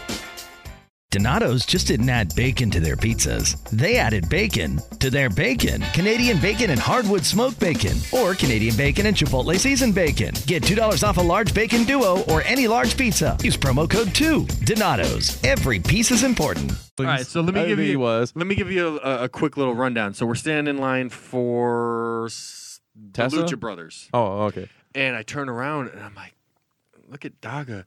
C: Donato's just didn't add bacon to their pizzas. They added bacon to their bacon. Canadian bacon and hardwood smoked bacon, or Canadian bacon and Chipotle seasoned bacon. Get $2 off a large bacon duo or any large pizza. Use promo code 2. Donato's. Every piece is important.
H: All right, so let
E: I
H: me give
E: think he
H: you
E: was.
H: let me give you a, a quick little rundown. So we're standing in line for s- the
E: Tessa?
H: Lucha Brothers,
E: Oh, okay.
H: and I turn around and I'm like, "Look at Daga."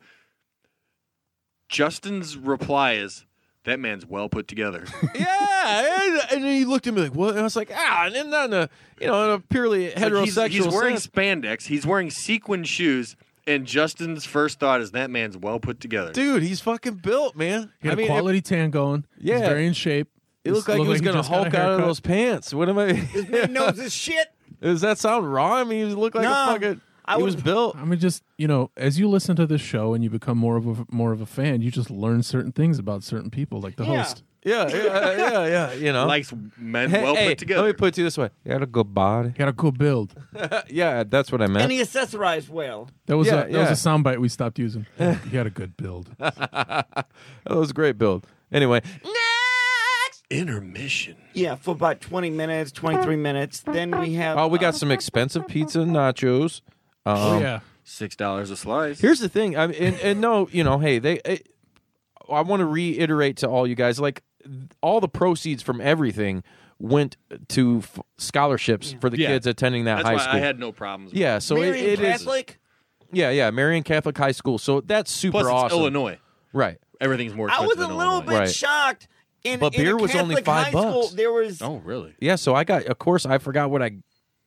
H: Justin's reply is, "That man's well put together."
E: yeah, and, and then he looked at me like, "What?" And I was like, "Ah," and then not in a you know in a purely
H: Like, he's,
E: heterosexual.
H: he's wearing
E: sense.
H: spandex. He's wearing sequin shoes, and Justin's first thought is, "That man's well put together."
E: dude, he's fucking built, man.
F: He had
E: I mean,
F: a quality tan going. He was
E: Yeah.
F: very in shape.
E: it, it looked like he was gonna
F: just got a
E: Hulk out of
F: haircut.
E: those pants. What am I?
G: He knows his shit.
E: Does that sound wrong? I mean, he looked like
G: No,
E: a fucking.
G: I
E: he was
G: would-
E: built.
F: I mean, just you know, as you listen to this show and you become more of a more of a fan, you just learn certain things about certain people, like the
G: Yeah.
F: host.
E: Yeah, yeah, yeah, yeah. You know,
H: Likes men
E: Hey,
H: well
E: hey,
H: put together.
E: Let me put it to you this way: you had a good body.
F: Got a cool build.
E: Yeah, that's what I meant.
G: And he accessorized well.
F: That was
E: Yeah,
F: a, that
E: yeah.
F: was a soundbite we stopped using. you had a good build.
E: that was a great build. Anyway,
H: Intermission.
G: Yeah, for about 20 minutes, 23 minutes. Then we have.
E: oh, we got some expensive pizza and nachos. Um,
F: oh yeah,
H: Six dollars a slice.
E: Here's the thing. I mean, and, and no, you know, hey, they. It, I want to reiterate to all you guys, like, all the proceeds from everything went to f- scholarships for the
H: Yeah.
E: kids attending that
H: That's
E: high
H: why
E: school.
H: I had no problems. with
E: yeah, so it,
G: Marian
E: it is.
G: uh, Catholic.
E: Yeah, yeah, Marian Catholic High School. So that's
H: it.
E: super
H: Plus, it's
E: awesome.
H: Illinois.
E: Right.
H: Everything's more.
G: I was
H: expensive
G: a
H: in
G: little
H: Illinois.
G: bit
E: Right.
G: shocked. In,
E: But
G: in a
E: beer was only
G: Catholic
E: five
G: high School,
E: bucks.
G: there was
H: Oh, really?
E: Yeah, so I got of course I forgot what I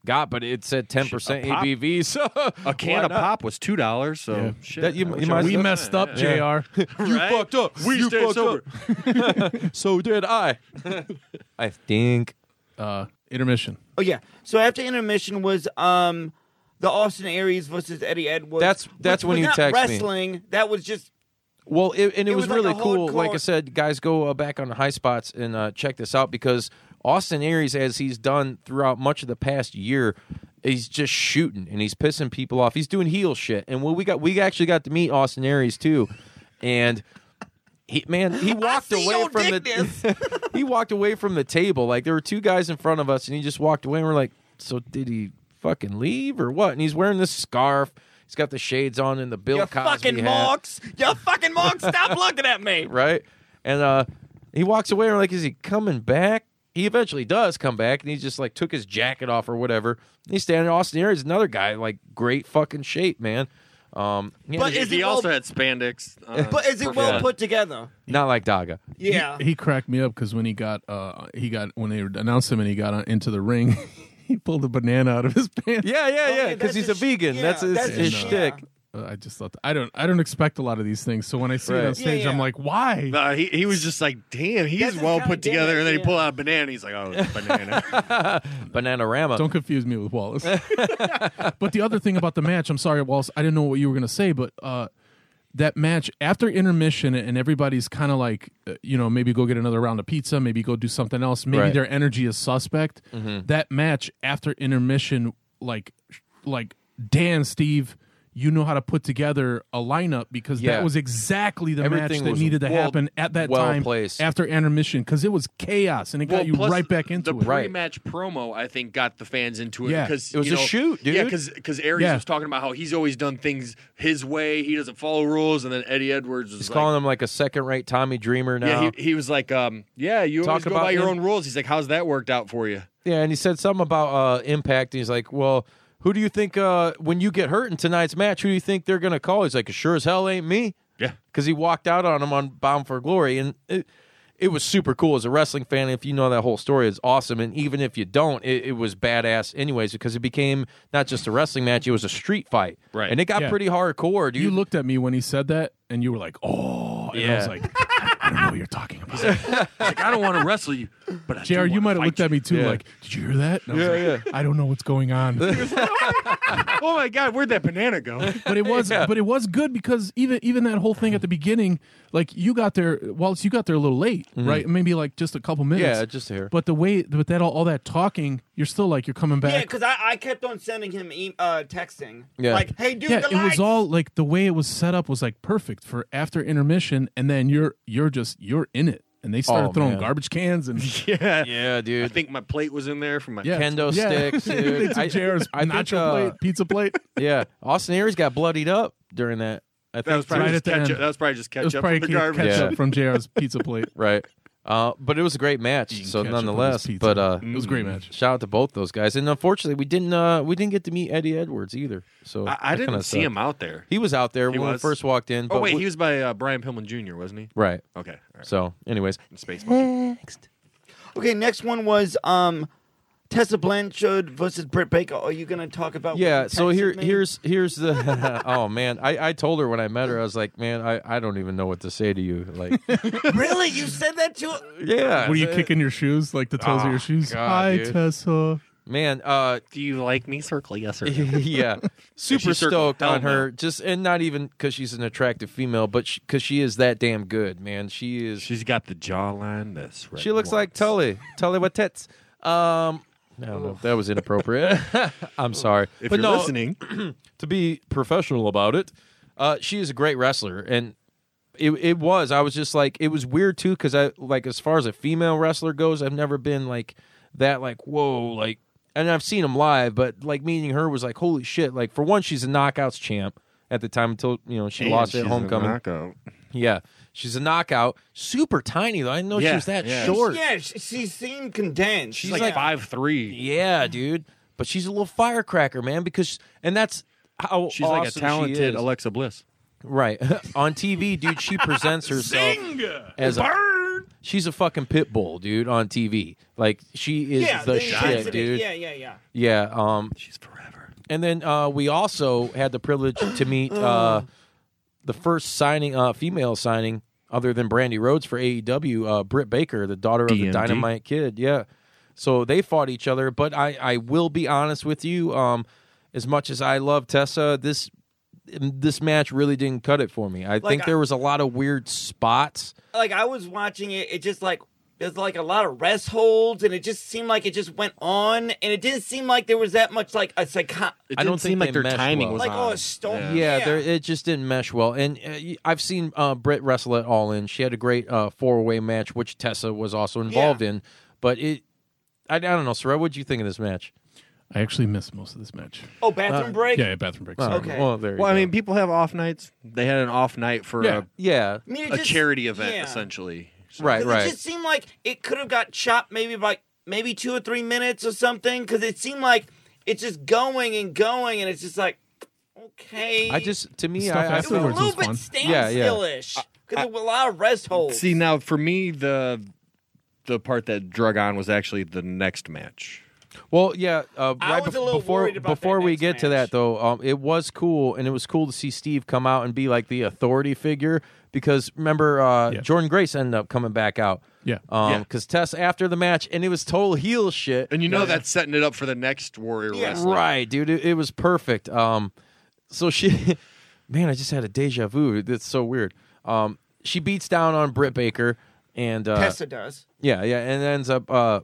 E: got, but it said 10%
H: A pop-
E: ABV. So
H: A can of pop was two dollars, so
F: Yeah.
H: shit.
E: That you-
H: I'm
E: you
H: sure
E: might-
H: it's
F: We
E: Yeah.
F: messed up,
E: Yeah.
F: Jr.
E: you
H: Right?
E: fucked up.
H: We
E: you
H: stayed
E: fucked
H: sober.
E: up. so did I. I think.
F: Uh, intermission.
G: Oh yeah. So after intermission was um the Austin Aries versus Eddie Edwards.
E: That's- that's
G: which
E: when
G: was
E: you
G: not
E: text me.
G: wrestling. That was just
E: Well, it, and it,
G: It
E: was,
G: was like
E: really
G: a
E: cool. Like I
G: hardcore-
E: said, guys, go uh, back on the high spots and uh, check this out because Austin Aries, as he's done throughout much of the past year, he's just shooting and he's pissing people off. He's doing heel shit. And when we got, we actually got to meet Austin Aries too, and. He, man, he walked
G: see
E: away
G: your
E: from the he walked away from the table. Like there were two guys in front of us, and he just walked away. And we're like, so did he fucking leave or what? And he's wearing this scarf. He's got the shades on and the Bill
G: you
E: Cosby
G: fucking
E: hat
G: marks. You fucking marks. Stop looking at me.
E: right? And uh, he walks away. And we're like, is he coming back? He eventually does come back, and he just like took his jacket off or whatever. And he's standing. Austin Aries, another guy, like great fucking shape, man. Um, he
G: But
E: has-
G: is
H: he
G: it
H: also
G: well-
H: had spandex. uh,
G: But is it well
H: performance.
G: put together?
E: not like Daga.
G: Yeah.
F: He cracked me up because when he got uh he got when they announced him and he got on, into the ring, he pulled a banana out of his pants.
E: Yeah, yeah,
G: Oh,
E: yeah.
G: yeah,
E: Because
G: that's
E: he's a
G: his-
E: vegan.
G: yeah,
E: that's his,
G: that's
E: his
G: his-
E: shtick.
F: Uh, I just thought I don't I don't expect a lot of these things. So when I see it
E: Right.
F: on stage,
G: yeah.
F: I'm like, why?
H: No, he, he was just like, damn, he's
G: That's his
H: well
G: kinda
H: put together.
G: gimmick,
H: and then he
G: yeah.
H: pulled out a banana. and He's like, oh, it's a banana.
E: Bananarama.
F: Don't confuse me with Wallace. but the other thing about the match, I'm sorry, Wallace, I didn't know what you were going to say, but uh, that match after intermission and everybody's kind of like, uh, you know, maybe go get another round of pizza, maybe go do something else. Maybe
E: Right. Mm-hmm.
F: their energy is suspect. That match after intermission, like, like Dan, Steve, you know how to put together a lineup because
E: Yeah.
F: that was exactly the
E: Everything
F: match that
E: was
F: needed to
E: well-
F: happen at that
E: well
F: time
E: placed.
F: after intermission because it was chaos and it got you
H: plus
F: right back into
H: the
F: it.
H: pre-match promo. I think got the fans into it
F: Yeah.
H: because
E: It was
H: you
E: a
H: know,
E: shoot, dude.
H: Yeah, because Aries
F: Yeah.
H: was talking about how he's always done things his way. He doesn't follow rules, and then Eddie Edwards was
E: He's
H: like,
E: calling him like a second rate Tommy Dreamer now.
H: Yeah, he, he was like, um, yeah, you always
E: Talk
H: go by
E: about
H: your
E: him.
H: own rules. He's like, how's that worked out for you?
E: Yeah, and he said something about uh, impact. And he's like, "Well, who do you think uh, when you get hurt in tonight's match? Who do you think they're gonna call?" He's like, "It "Sure as hell ain't me."
H: Yeah.
E: because he walked out on him on Bound for Glory, and it, it was super cool as a wrestling fan. If you know that whole story, it's awesome. And even if you don't, it, it was badass anyways because it became not just a wrestling match; it was a street fight,
H: Right.
E: And it got
F: Yeah.
E: pretty hardcore, dude.
F: you looked at me when he said that and you were like, oh, and I
E: Yeah.
F: was like, I, I don't know what you're talking about.
H: He's like, I don't want to wrestle you, but I do
F: JR, you
H: wanna
F: might have
H: fight
F: looked at me too,
E: Yeah.
F: like, did you hear that? And I was
E: Yeah,
F: like, I don't know what's going on. but
H: you." Oh my God, where'd that banana go?
F: it was but it was good because even even that whole thing at the beginning, like you got there Wallace, you got there a little late, right? Maybe like just a couple minutes.
E: Mm-hmm. Yeah, just here.
F: But the way but that all, all that talking, you're still like you're coming
G: Yeah,
F: back.
G: because I, I kept on sending him e- uh, texting.
E: Yeah.
G: Like, hey, dude,
F: Yeah,
G: the
F: it was
G: lights!
F: all like the way it was set up was like perfect for after intermission and then you're you're just you're in it. And they started
E: Oh,
F: throwing
E: man.
F: garbage cans and
H: yeah.
E: yeah,
H: I
E: dude.
H: think my plate was in there from my
F: Yeah.
E: Uh, Kendo
F: Yeah.
E: sticks, dude.
F: they took JR's
E: I think,
F: nacho
E: uh,
F: plate, pizza plate.
E: yeah, Austin Aries got bloodied up during that. I think
H: That was
E: too.
H: probably
F: Right
H: just
F: at the
H: ketchup.
F: end.
H: That was probably just
F: It was
H: ketchup
F: probably
H: from the
F: ketchup
H: garbage.
E: Yeah.
F: from JR's pizza plate.
E: right? Uh, but it was a great match. So
F: Ketchup on his
E: nonetheless,
F: pizza.
E: but uh,
F: it was a great match.
H: Mm.
E: shout out to both those guys. And unfortunately, we didn't uh, we didn't get to meet Eddie Edwards either. So
H: I, I
E: that
H: didn't
E: kinda
H: see
E: sucked.
H: him out there.
E: He was out there
H: He
E: when we
H: was?
E: first walked in.
H: Oh
E: but
H: wait,
E: we-
H: he was by uh, Brian Pillman Jr., wasn't he?
E: right.
H: Okay, all right. Oh,
E: So, anyways,
H: Space Monkey.
G: Okay, next one was um, Tessa Blanchard versus Britt Baker. Are you going to talk about? what
E: yeah.
G: you
E: So
G: texted
E: here,
G: me?
E: here's here's the. oh man, I, I told her when I met her, I was like, man, I, I don't even know what to say to you. Like,
G: really you said that to
E: yeah,
F: Were
H: Uh,
F: you kicking your shoes like the toes of your shoes?
E: Ah, God,
F: Hi,
E: dude.
F: Tessa.
E: man. Uh,
H: Do you like me? Circle yes or no.
E: yeah, super
H: circled,
E: stoked
H: hell
E: on
H: no.
E: her. Just and not even because she's an attractive female, but because she is that damn good, man. She is.
H: She's got the jawline that's right.
E: She looks like Tully. Tully with tits. Um, I don't know if that was inappropriate. I'm sorry.
H: If
E: but
H: you're
E: no,
H: listening,
E: to be professional about it, uh, she is a great wrestler, and it it was. I was just like, it was weird too, because I like as far as a female wrestler goes, I've never been like that. Like whoa, like, and I've seen them live, but like meeting her was like holy shit. Like for one, she's a knockouts champ at the time until you know she
H: And
E: lost
H: she's
E: at
H: a
E: homecoming.
H: knockout.
E: yeah, she's a knockout, super tiny though. I didn't know she
H: Yeah,
E: was that
H: yeah.
E: short.
G: Yeah, she, she seemed condensed.
H: She's like five three.
E: Yeah, dude. But she's a little firecracker, man. Because and that's how
H: She's
E: awesome
H: like a talented
E: she is.
H: Alexa Bliss.
E: right on TV, dude. She presents herself as a, she's a fucking pit bull, dude, on TV. Like she is
G: yeah,
E: the,
G: the
E: shit,
G: intensity.
E: dude.
G: Yeah, yeah, yeah.
E: Yeah, um,
H: She's forever.
E: and then uh, we also had the privilege to meet uh, the first signing, uh, female signing, other than Brandy Rhodes for AEW, uh, Britt Baker, the daughter of the
H: DMD.
E: Dynamite Kid. Yeah, so they fought each other. But I, I will be honest with you, um, as much as I love Tessa, this this match really didn't cut it for me. I think
G: I-
E: there was a lot of weird spots.
G: Like I was watching it, it just like there's like a lot of rest holds, and it just seemed like it just went on, and it didn't seem like there was that much like a psycho,
H: It
E: I don't think
H: didn't seem
E: they
H: like their
E: meshed
H: timing
E: well.
H: was
G: like oh
H: on.
G: a storm.
E: yeah, there, it just didn't mesh well. And uh, y- I've seen uh, Britt wrestle at All In. She had a great uh, four way match, which Tessa was also involved in. But it, I, I don't know, Sorrel, what do you think of this match?
F: I actually missed most of this match.
G: oh
E: Uh,
G: bathroom break.
F: Yeah, yeah bathroom break. Sorry.
G: Okay.
E: Well, there you
H: Well, I
E: go.
H: mean, people have off nights. They had an off night for
F: Yeah.
E: yeah,
G: I mean, it
H: a, a
G: just-
H: charity event,
G: yeah.
H: essentially. So-
E: right,
G: 'Cause It
E: right.
G: just seemed like it could have got chopped maybe by maybe two or three minutes or something because it seemed like it's just going and going and it's just like okay.
E: I just, to me,
F: Stuff
E: I, I
G: it was a
F: afterwards.
E: felt,
G: little
F: was
G: bit
F: fun.
E: Yeah, yeah.
G: standstill-ish because there were a lot of rest holds.
H: See, now for me, the the part that drug on was actually the next match.
E: well, yeah. Uh,
G: I
E: right
G: was
E: bef-
G: a little
E: before
G: worried about that
E: before we
G: next
E: get to
G: match.
E: that though, um, it was cool, and it was cool to see Steve come out and be like the authority figure because remember uh,
F: Yeah.
E: Jordan Grace ended up coming back out.
F: Yeah.
E: Um,
H: Yeah.
E: because Tess after the match, and it was total heel shit.
H: And you know that's setting it up for the next Warrior
G: Yeah.
H: Wrestling.
E: Right, dude. It, it was perfect. Um, so she, man, I just had a deja vu. That's so weird. Um, she beats down on Britt Baker, and uh,
G: Tessa does.
E: yeah, yeah, and ends up uh,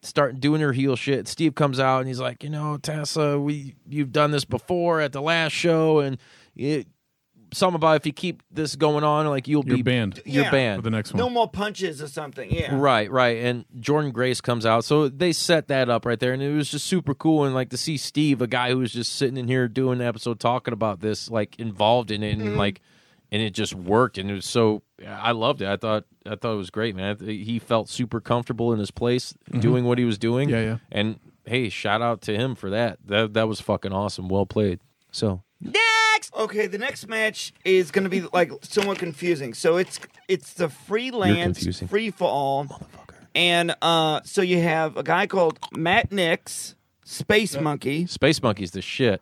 E: start doing her heel shit. Steve comes out and he's like, you know, Tessa, we you've done this before at the last show, and it, something about if you keep this going on, like you'll
F: You're
E: be
F: banned
E: You're
G: Yeah.
E: banned.
F: for the next one.
G: No more punches or something. Yeah.
E: Right, right. And Jordan Grace comes out. So they set that up right there. And it was just super cool. And like to see Steve, a guy who was just sitting in here doing an episode talking about this, like involved in it and
F: Mm-hmm.
E: like, and it just worked. And it was so, I loved it. I thought, I thought it was great, man. I th- He felt super comfortable in his place doing what he was doing.
F: Mm-hmm. Yeah, yeah.
E: And hey, shout out to him for that. That, that was fucking awesome. Well played. So,
G: Okay, the next match is going to be like somewhat confusing. So it's it's the freelance
E: confusing.
G: free for all, and uh, so you have a guy called Matt Nix, Space Monkey,
E: Space Monkey's the shit.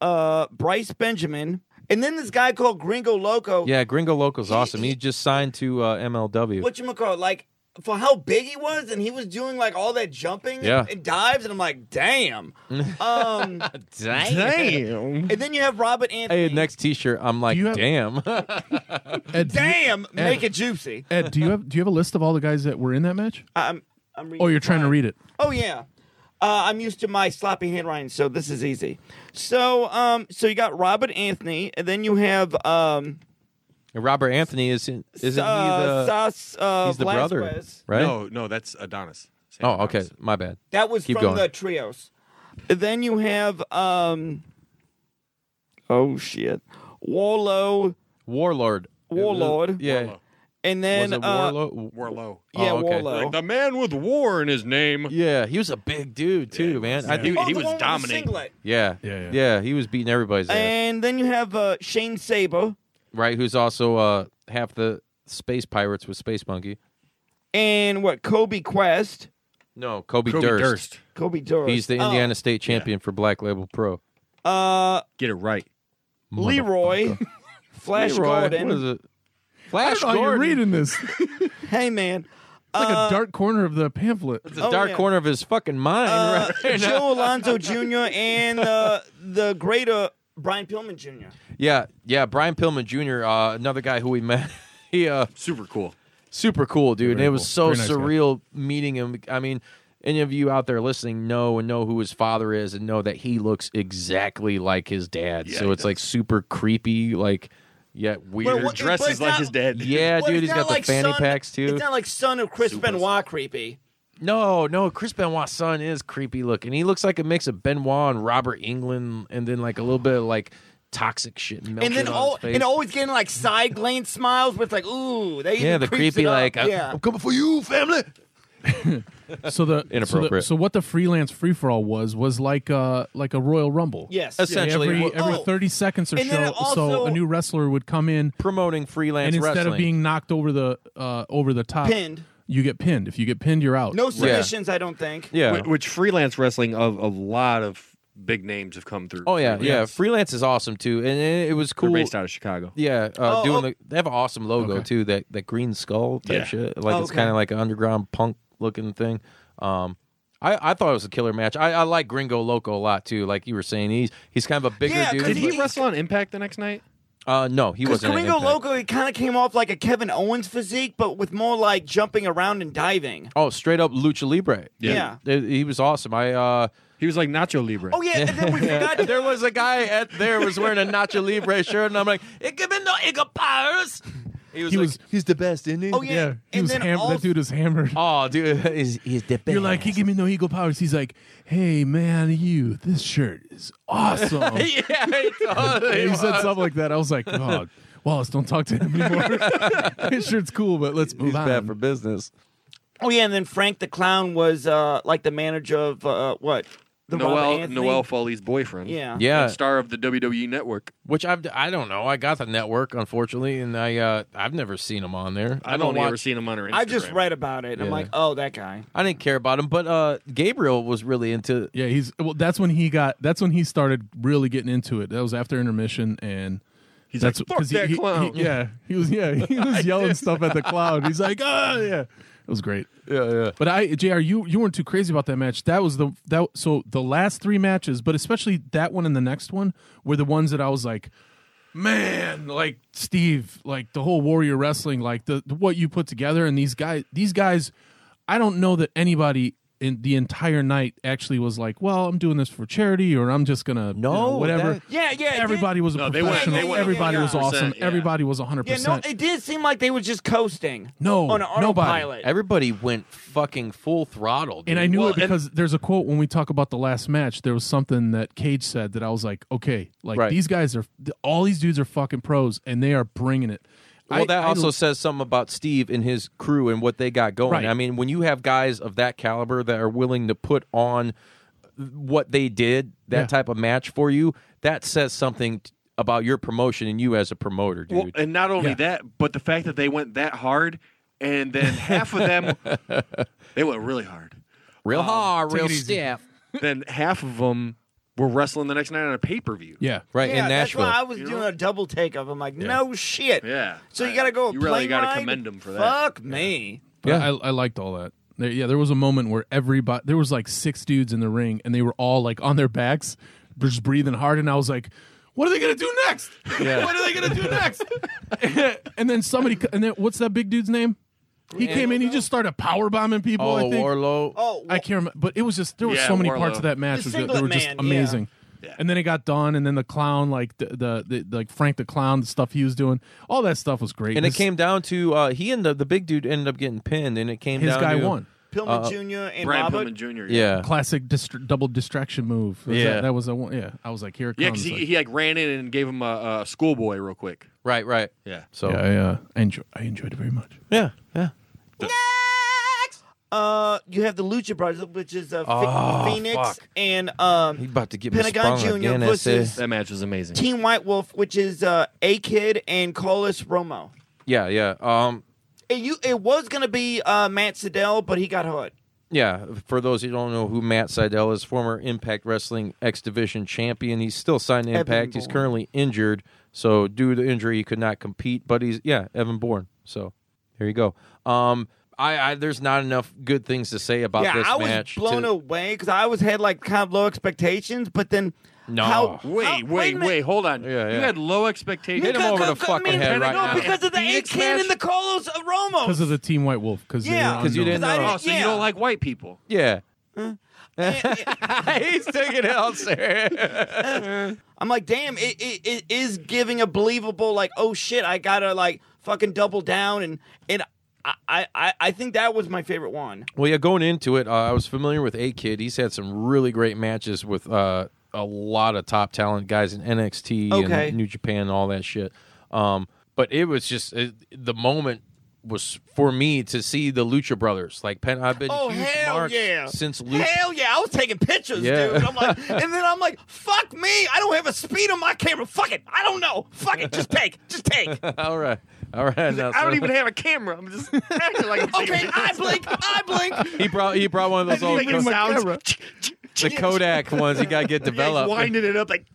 G: uh, Bryce Benjamin, and then this guy called Gringo Loco.
E: Yeah, Gringo Local's awesome. He just signed to uh, MLW.
G: What you call like for how big he was, and he was doing like all that jumping
E: Yeah.
G: and dives, and I'm like, damn. um,
H: Damn.
G: and then you have Robert Anthony.
E: Hey, next T-shirt, I'm like,
F: you have-
E: damn.
F: Ed, do you-
G: Damn, make it juicy.
F: Ed, do you have do you have a list of all the guys that were in that match?
G: I'm, I'm reading
F: Oh, you're trying to read it.
G: Oh yeah. Uh, I'm used to my sloppy handwriting, so this is easy. So, um, so you got Robert Anthony, and then you have um,
E: And Robert Anthony is in, isn't he
G: uh,
E: the
G: Sas uh,
E: he's the brother,
G: Velasquez.
E: right?
H: No, no, that's Adonis. Sam
E: Oh, okay,
H: Adonis.
E: my bad.
G: That was
E: Keep
G: from
E: going.
G: the trios. Then you have um, oh shit, Warlow,
E: Warlord.
G: Warlord.
E: Yeah.
G: and
E: Was
G: then
E: it
G: uh,
E: Warlord?
H: Warlow.
G: yeah,
E: Oh, okay.
G: Warlow.
H: Like the man with war in his name.
E: Yeah, he was a big dude too, man. I think,
H: He-
G: oh,
H: he
G: the
H: was
G: one with the
H: dominating.
G: singlet.
E: yeah,
F: Yeah, yeah.
E: he was beating everybody's ass,
G: And then you have uh, Shane Saber,
E: right? Who's also uh, half the space pirates with Space Monkey.
G: and what Kobe Quest,
E: No, Kobe,
H: Kobe
E: Durst.
H: Durst.
G: Kobe Durst.
E: He's the
G: Oh,
E: Indiana State champion for Black Label Pro.
G: uh,
H: Get it right.
G: Leroy, Flash
E: Leroy,
G: Gordon.
E: What is it?
F: I
E: Flash
F: don't know,
E: Gordon. Uh,
F: you're reading this. It's
G: Hey man,
F: like a dark corner of the pamphlet.
E: It's a
G: Oh,
E: dark
G: yeah.
E: corner of his fucking mind.
G: uh,
E: right?
G: Joe Alonzo Jr. and uh, the greater Brian Pillman Jr.
E: Yeah, yeah. Brian Pillman Jr., uh, another guy who we met. he uh,
H: Super cool.
E: super cool, dude. and it
F: Very
E: was
F: cool.
E: so
F: Very nice guy.
E: surreal meeting him. I mean, any of you out there listening know and know who his father is and know that he looks exactly like his dad.
H: Yeah,
E: so
H: he
E: it's like super creepy, like yet weird.
G: what-
H: Dresses
G: but it's
H: like
G: not-
H: his dad.
E: yeah,
G: Well,
E: dude,
G: it's
E: he's
G: not
E: got
G: like
E: the fanny
G: son-
E: packs too.
G: It's not like son of Chris Benoit creepy.
E: no, no, Chris Benoit's son is creepy looking. He looks like a mix of Benoit and Robert England, and then like a little bit of like toxic shit.
G: And then all and always getting like side glance smiles with like ooh they
E: yeah,
G: even
E: the
G: creeps
E: creepy uh,
G: it up.
E: like I-
G: yeah
E: I'm coming for you, family.
F: So the so the-
E: Inappropriate.
F: So, what the freelance free for all was was like uh like a Royal Rumble.
G: Yes.
E: Essentially,
F: Every
E: what-
F: every
G: Oh.
F: thirty seconds or
G: And then
F: so,
G: it also-
F: so a new wrestler would come in,
E: promoting freelance
F: and instead
E: wrestling.
F: of being knocked over the uh over the top,
G: Pinned.
F: you get pinned. If you get pinned, you're out.
G: No submissions, I don't think.
E: yeah.
H: Wh- which freelance wrestling of a lot of big names have come through.
E: oh yeah, yeah.
H: Freelance.
E: Freelance is awesome too, and it, it was
H: They're
E: cool.
H: based out of Chicago.
E: Yeah, uh,
G: Oh,
E: doing
G: oh.
E: the they have an awesome logo
F: Okay.
E: too. That that green skull type
H: Yeah.
E: shit. Like
G: Oh,
E: it's
G: okay.
E: kind of like an underground punk looking thing. Um, I, I thought it was a killer match. I, I like Gringo Loco a lot too. Like you were saying, he's he's kind of a bigger
G: Yeah, 'cause
E: dude.
H: Did he
E: but-
H: wrestle on Impact the next night?
E: uh, no, he
G: Because
E: wasn't. in
G: Karingo
E: Impact.
G: Loco, he kind of came off like a Kevin Owens physique, but with more like jumping around and diving.
E: Oh, straight up lucha libre.
G: Yeah.
E: It- he was awesome. I uh,
H: He was like Nacho Libre.
G: Oh yeah, and then we forgot.
E: there was a guy at there was wearing a Nacho Libre shirt, and I'm like, it could be no powers. He was.
F: He
E: like,
F: was-
E: he's the best, isn't he?
G: Oh yeah,
F: yeah, he
G: and
F: was
G: then
F: ham-
G: also,
F: that dude is hammered.
E: Oh, dude, he's, he's the best.
F: You're like, he give me no eagle powers. He's like, hey man, you, this shirt is awesome.
E: yeah, he
F: Yeah,
E: totally
F: he said
E: was.
F: something like that. I was like, oh, Wallace, don't talk to him anymore. His shirt's cool, but let's move
E: He's
F: on.
E: bad for business.
G: oh yeah, and then Frank the Clown was uh, like the manager of uh, what? The Robert
H: Noel
G: Anthony?
H: Noel Foley's boyfriend.
G: Yeah.
E: Yeah,
H: And star of the WWE Network.
E: which I've I don't know. I got the network unfortunately, and I uh, I've never seen him on there.
H: I've
E: don't
H: only
E: watch,
H: ever seen him on her Instagram.
G: I just read about it. I'm
E: Yeah.
G: like, oh, that guy.
E: I didn't care about him, but uh, Gabriel was really into.
F: Yeah, he's well. That's when he got. That's when he started really getting into it. That was after intermission, and
H: He's
F: that's
H: like, fuck
F: 'cause he-
H: that
F: he-
H: clown.
F: he- yeah, he was. Yeah, he was yelling stuff at the cloud. He's like, oh yeah, it was great.
E: Yeah, yeah.
F: But I, Jr., you you weren't too crazy about that match. That was the that so the last three matches, but especially that one and the next one were the ones that I was like, man, like Steve, like the whole Warrior Wrestling, like the, the- what you put together, and these guys, these guys, I don't know that anybody in the entire night actually was like, well, I'm doing this for charity or I'm just gonna you
E: No,
F: know, whatever.
E: that-
G: Yeah, yeah. it did-
F: Everybody was a
H: No, they went-
F: professional.
H: they went
F: Everybody was
H: 100%,
F: awesome.
H: yeah.
F: Everybody was 100.
G: Yeah, no,
F: percent
G: it did seem like they were just coasting.
F: No,
G: on an
F: nobody.
G: autopilot.
E: Everybody went fucking full throttle, dude.
F: And I knew
H: Well,
F: it because there's a quote when we talk about the last match. There was something that Cage said that I was like, okay, like
E: Right.
F: these guys are all these dudes are fucking pros and they are bringing it.
E: Well,
F: I-
E: that
F: I
E: also
F: don't-
E: says something about Steve and his crew and what they got going.
F: Right.
E: I mean, when you have guys of that caliber that are willing to put on what they did, that
F: Yeah.
E: type of match for you, that says something t- about your promotion and you as a promoter, dude.
H: Well, and not only that, but the fact that they went that hard and then half of them they went really hard.
E: real hard, real
F: it easy.
E: stiff.
H: Then half of them were wrestling the next night on a pay-per-view.
F: yeah,
E: Right,
G: yeah,
E: in
G: that's
E: Nashville.
G: why I was
H: You know?
G: doing a double take of. I'm like, no shit.
H: Yeah.
G: So you got to go.
H: You really
G: got
H: gotta
G: to
H: commend 'em for that.
G: Fuck me.
F: But
E: Yeah.
F: I, I liked all that. There, yeah, there was a moment where everybody there was like six dudes in the ring and they were all like on their backs, just breathing hard, and I was like. What are they gonna do next? what are they gonna do next? and then somebody, and then what's that big dude's name? He came in, he just started power bombing people. I
E: oh,
F: think.
E: Warlow.
G: Oh,
F: I can't remember, but it was just there were
H: Yeah,
F: so many
H: Warlow.
F: parts of that match
G: The
F: was, that they
G: singlet
F: were just
G: man, yeah.
F: amazing. And then it got done, and then the clown, like the, the, the like Frank the clown, the stuff he was doing, all that stuff was great.
E: and it
F: This-
E: came down to uh, he ended up the big dude ended up getting pinned, and it came
F: his
E: down
F: guy
E: to,
F: won.
G: Pillman Jr. and
H: Brian
G: Robert.
H: Pillman Jr.
E: Yeah,
F: Classic dist- double distraction move. Was
E: Yeah.
F: that, that was a one. Yeah, I was like, here it
H: Yeah,
F: comes.
H: because he,
F: Like,
H: he like ran in and gave him a, a schoolboy real quick.
E: right, right.
H: Yeah.
E: So
F: yeah, I, uh, I enjoy, I enjoyed it very much.
E: yeah, yeah.
G: Uh, you have the Lucha Brothers, which is uh, Phe-
F: Ah,
G: Phoenix
E: fuck.
G: and
E: He
G: um,
E: about to get me
G: Pentagon
E: sprung
G: Junior
E: again, I say.
G: versus-
H: That match was amazing.
G: Team White Wolf, which is uh, A Kid and Carlos Romo.
E: Yeah, yeah. Um,
G: It, you, it was gonna be uh, Matt Sedell, but he got hurt.
E: Yeah, for those who don't know who Matt Seidel is, former Impact Wrestling X Division champion. He's still signed to
G: Evan
E: Impact. He's
G: Bourne.
E: currently injured, so due to injury, he could not compete. But he's yeah, Evan Bourne. So there you go. Um, I, I there's not enough good things to say about
G: yeah,
E: this
G: I was
E: match.
G: blown
E: to-
G: away because I always had like kind of low expectations, but then
E: No.
G: how,
H: Wait,
G: how-
H: wait,
G: wait,
H: wait,
G: a minute.
H: Hold on.
E: Yeah, yeah.
H: You had low expectations.
E: Hit him
G: Because-
E: over the
G: because-
E: fucking
G: I mean,
E: head right
G: no,
E: now.
G: because of the A
H: Phoenix
G: Kid
H: match?
G: and the Carlos Romo.
F: Because of the Team White Wolf. um, Because
G: Yeah.
F: because
E: Because you didn't
G: I
E: know.
G: didn't-
H: Oh, so
G: yeah.
H: you don't like white people?
E: Yeah.
G: Eh,
E: He's taking it out, sir.
G: I'm like, damn, it, it, it is giving a believable like, oh shit, I gotta like fucking double down and and I I- I, I think that was my favorite one.
E: Well, yeah, going into it, uh, I was familiar with A Kid. He's had some really great matches with uh, a lot of top talent guys in NXT
G: Okay.
E: and New Japan, all that shit. Um, but it was just it, the moment was for me to see the Lucha Brothers. Like Penn, I've been
G: Oh,
E: huge
G: hell
E: marks
G: yeah.
E: since Lucha.
G: Hell yeah, I was taking pictures,
E: Yeah.
G: dude. I'm like, and then I'm like, fuck me, I don't have a speed on my camera. Fuck it, I don't know. Fuck it, just take, just take. okay,
E: all right, all right. now,
I: I don't
E: so-
I: even have a camera. I'm just acting like I'm taking pictures.
G: I blink, I blink.
E: He brought he brought one of those old
I: Making
E: Ko-
I: sounds.
E: the Kodak ones. You gotta get
I: Yeah, he's
E: developed.
I: winding it up like.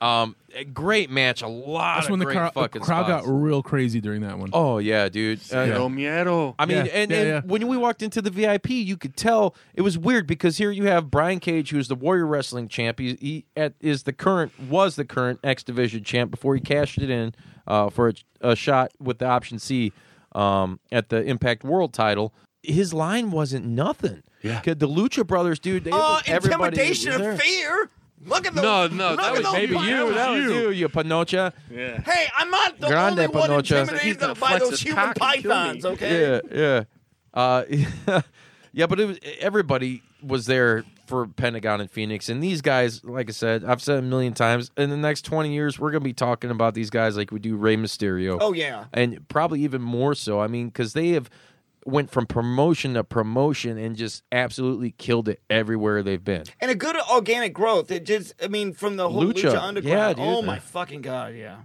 E: um, a great match. A lot.
F: That's
E: of
F: when the,
E: great
F: crowd- the
E: fucking
F: crowd
E: spots.
F: got real crazy during that one.
E: Oh yeah, dude. Uh,
H: Miedo, miedo.
E: I mean,
F: Yeah,
E: and,
F: yeah,
E: and
F: yeah.
E: when we walked into the VIP, you could tell it was weird because here you have Brian Cage, who's the Warrior Wrestling champ. He, he at, is the current was the current X Division champ before he cashed it in uh, for a, a shot with the option C um, at the Impact World Title. His line wasn't nothing. Yeah, the Lucha Brothers, dude. They,
G: Oh,
E: everybody that was
G: intimidation
E: there.
G: and fear. Look at those.
H: No, no,
G: look
H: that
G: at
H: was
G: those
E: Maybe
G: bios.
E: you, that was you, you Panocha.
G: Hey, I'm not the
E: Grande
G: only one
E: Panocha.
H: He's
G: intimidated
H: gonna
G: by
H: flex
G: those
H: his
G: human
H: cock and kill me.
G: pythons. Okay.
E: yeah, yeah, uh, yeah. But it was, everybody was there for Pentagon and Phoenix, and these guys, like I said, I've said a million times. In the next twenty years, we're gonna be talking about these guys like we do Rey Mysterio.
G: Oh, yeah.
E: and probably even more so. I mean, because they have went from promotion to promotion and just absolutely killed it everywhere they've been.
G: and a good organic growth. It just, I mean, from the whole Lucha,
E: Lucha.
G: Underground.
E: Yeah, dude.
G: oh my fucking god, yeah.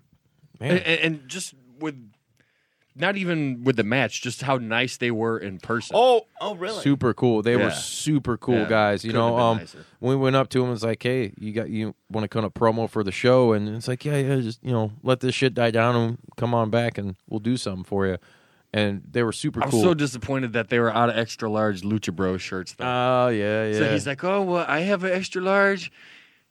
E: Man,
H: and, and- and just with not even with the match, just how nice they were in person.
G: Oh, oh really?
E: super cool. They
H: Yeah.
E: were super cool
H: Yeah.
E: guys. You
H: Couldn't
E: know,
H: have been
E: um,
H: nicer.
E: when we went up to him, it's like, hey, you got you want to come up promo for the show, and it's like, yeah, yeah, just you know, let this shit die down and come on back, and we'll do something for you. And they were super
H: I'm
E: cool.
H: so disappointed that they were out of extra large Lucha Bro shirts. Though.
E: oh yeah, yeah.
H: So he's like, "Oh well, I have an extra large,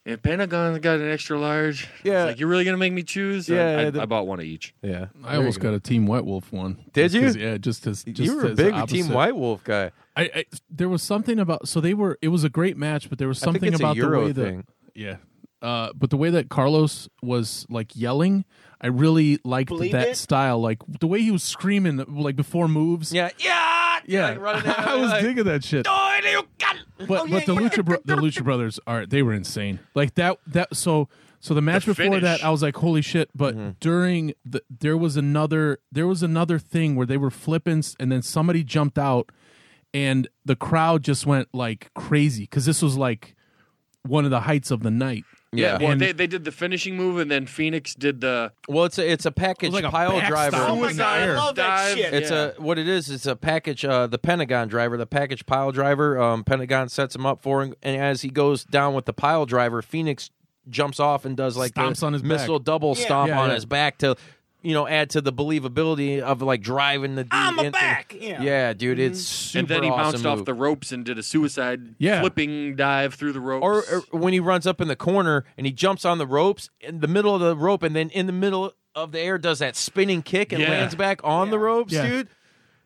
H: and Pentagon got an extra large." It's
E: Yeah.
H: like you're really gonna make me choose? I-
E: Yeah,
H: I,
E: yeah, the-
H: I bought one of each.
E: yeah.
F: I almost got a Team White Wolf one.
E: Did
F: Just 'cause-
E: you?
F: Yeah, just as just
E: you were a
F: as
E: big
F: opposite.
E: Team White Wolf guy.
F: I, I there was something about so they were it was a great match, but there was
E: I think
F: something
E: it's a
F: about
E: Euro
F: the way
E: thing.
F: that yeah, uh, but the way that Carlos was like yelling, I really liked
G: Believe
F: that
G: it?
F: style, like the way he was screaming like before moves.
E: yeah, yeah,
F: yeah,
E: Like running that
F: I
E: way,
F: was
E: like-
F: digging that shit. But
G: Oh, yeah,
F: but the
G: yeah.
F: Lucha bro- the Lucha Brothers are they were insane. Like that that so so the match
H: The
F: before that
H: finish.
F: I was like holy shit. But during the there was another there was another thing where they were flipping and then somebody jumped out and the crowd just went like crazy because this was like one of the heights of the night.
E: Yeah.
H: Well,
F: And-
H: they, they did the finishing move, and then Phoenix did the
E: Well, it's a it's a package
F: like a
E: pile
F: back
E: driver.
F: style.
G: Oh my
F: in the
G: god, I
F: air.
G: love that
H: Dive.
G: shit.
E: It's
H: Yeah.
E: a what it is. It's a package. Uh, the Pentagon driver, the package pile driver. Um, Pentagon sets him up for, him, and as he goes down with the pile driver, Phoenix jumps off and does like the
F: Stomps on his
E: missile
F: back.
E: double
G: Yeah.
E: stomp
F: Yeah,
E: on
F: yeah.
E: his back to, you know, add to the believability of like driving the. dude
G: I'm a
E: into-
G: back, yeah. Mm-hmm.
E: dude, it's super
H: and then he
E: awesome
H: bounced off
E: move.
H: the ropes and did a suicide
F: Yeah.
H: flipping dive through the ropes.
E: Or, or when he runs up in the corner and he jumps on the ropes in the middle of the rope, and then in the middle of the air does that spinning kick and
H: Yeah.
E: lands back on the ropes,
F: Yeah.
E: dude.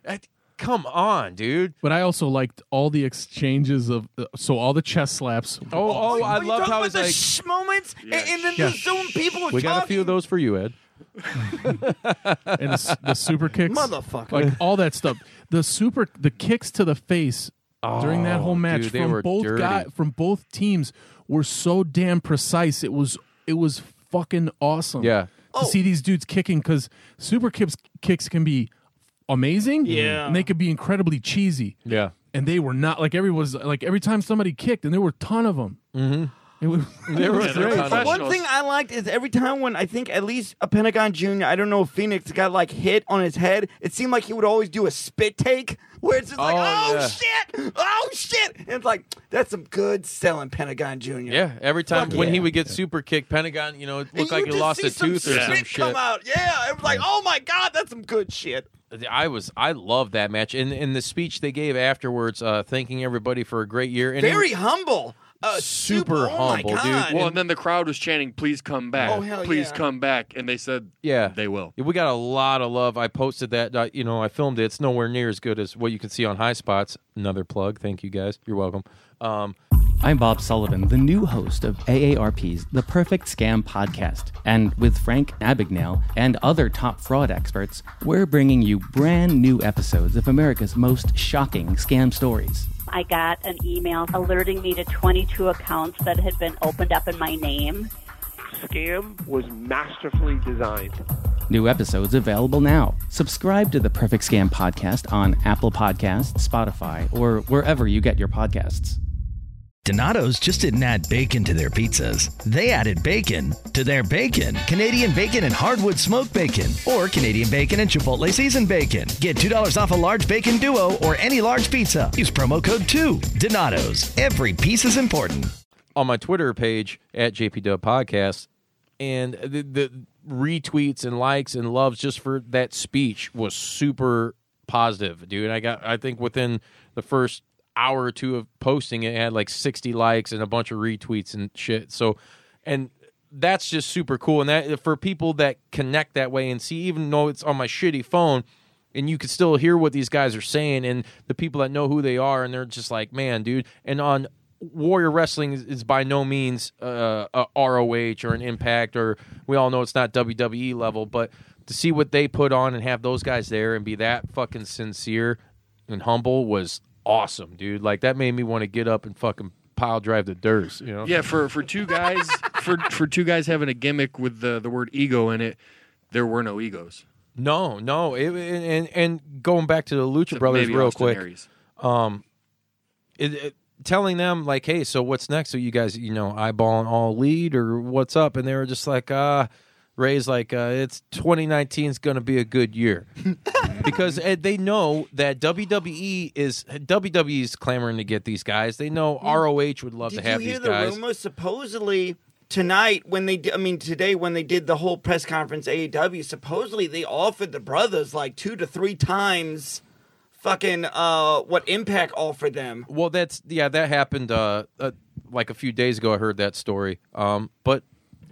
E: That- come on, dude.
F: But I also liked all the exchanges of uh, so all the chest slaps.
E: Oh, oh, I
G: We
E: love
G: talk
E: how
G: about
E: he's
G: the
E: like,
G: shh moments, and, and then
F: Yeah.
G: the Zoom people are
E: we
G: talking.
E: got a few of those for you, Ed.
F: and the, s- the super kicks,
G: Motherfucker.
F: like all that stuff. The super, the kicks to the face during that whole match
E: Oh, dude, they
F: from
E: were
F: both
E: dirty.
F: guy, from both teams were so damn precise. It was it was fucking awesome.
E: Yeah.
F: to
G: Oh.
F: see these dudes kicking because super kicks kicks can be amazing.
G: Yeah.
F: and they could be incredibly cheesy.
E: Yeah.
F: and they were not like everyone's like every time somebody kicked, and there were a ton of them. Mm-hmm. It was,
E: They were
H: they're
E: great.
H: kind
G: The
H: of-
G: one thing I liked is every time when I think at least a Pentagon Junior, I don't know, Phoenix got like hit on his head. It seemed like he would always do a spit take where it's just like,
E: Oh,
G: oh
E: yeah.
G: shit, oh shit, and it's like that's some good selling Pentagon Junior.
E: Yeah, every time
G: Fuck
E: when he
G: yeah.
E: would get super kicked, Pentagon, you know, it
G: And
E: looked
G: you
E: like he
G: just
E: lost
G: see
E: a
G: some
E: tooth or some shit.
G: Come out, yeah. It was like, oh my god, that's some good shit.
E: I was, I loved that match, and in the speech they gave afterwards, uh, thanking everybody for a great year. And it-
G: Very humble, uh,
E: Super humble,
G: oh my
E: dude.
G: God.
H: well, and then the crowd was chanting, "Please come back!
G: Oh, hell
H: Please
G: yeah.
H: come back!" And they said,
E: yeah,
H: they will."
E: Yeah, we got a lot of love. I posted that, uh, you know, I filmed it. It's nowhere near as good as what you can see on High Spots. Another plug. Thank you guys. You're welcome. Um,
J: I'm Bob Sullivan, the new host of AARP's The Perfect Scam podcast. And with Frank Abagnale and other top fraud experts, we're bringing you brand new episodes of America's most shocking scam stories.
K: I got an email alerting me to 22 accounts that had been opened up in my name.
L: scam was masterfully designed.
J: New episodes available now. Subscribe to the Perfect Scam podcast on Apple Podcasts, Spotify, or wherever you get your podcasts.
C: Donato's just didn't add bacon to their pizzas. They added bacon to their bacon. Canadian bacon and hardwood smoked bacon, or Canadian bacon and Chipotle seasoned bacon. Get $2 off a large bacon duo or any large pizza. Use promo code 2. Donato's. Every piece is important.
E: on my Twitter page at JPW Podcast, and the, the retweets and likes and loves just for that speech was super positive, dude. I got, I think within the first hour or two of posting it, it had like 60 likes and a bunch of retweets and shit. So, and that's just super cool. And that for people that connect that way and see, even though it's on my shitty phone, and you can still hear what these guys are saying and the people that know who they are and they're just like man dude and on warrior wrestling is, is by no means uh, a roh or an impact or we all know it's not wwe level but to see what they put on and have those guys there and be that fucking sincere and humble was awesome dude like that made me want to get up and fucking pile drive the dirt you know
H: Yeah, for for two guys for for two guys having a gimmick with the the word ego in it, there were no egos.
E: No, no. It, and and going back to the Lucha Brothers
H: maybe
E: real
H: Austin
E: quick.
H: Aries.
E: Um, it, it- telling them like, hey, so what's next? So you guys, you know, eyeballing all lead or what's up? And they were just like, uh, Ray's like, uh, it's 2019 is going to be a good year because uh, they know that WWE is WWE's clamoring to get these guys. They know ROH would love
G: Did
E: to have
G: you hear
E: these
G: the
E: guys.
G: rumors? Supposedly tonight, when they, di- I mean today, when they did the whole press conference, AEW supposedly they offered the brothers like two to three times, fucking uh, what Impact offered them.
E: Well, that's yeah, that happened uh, uh like a few days ago. I heard that story. Um, but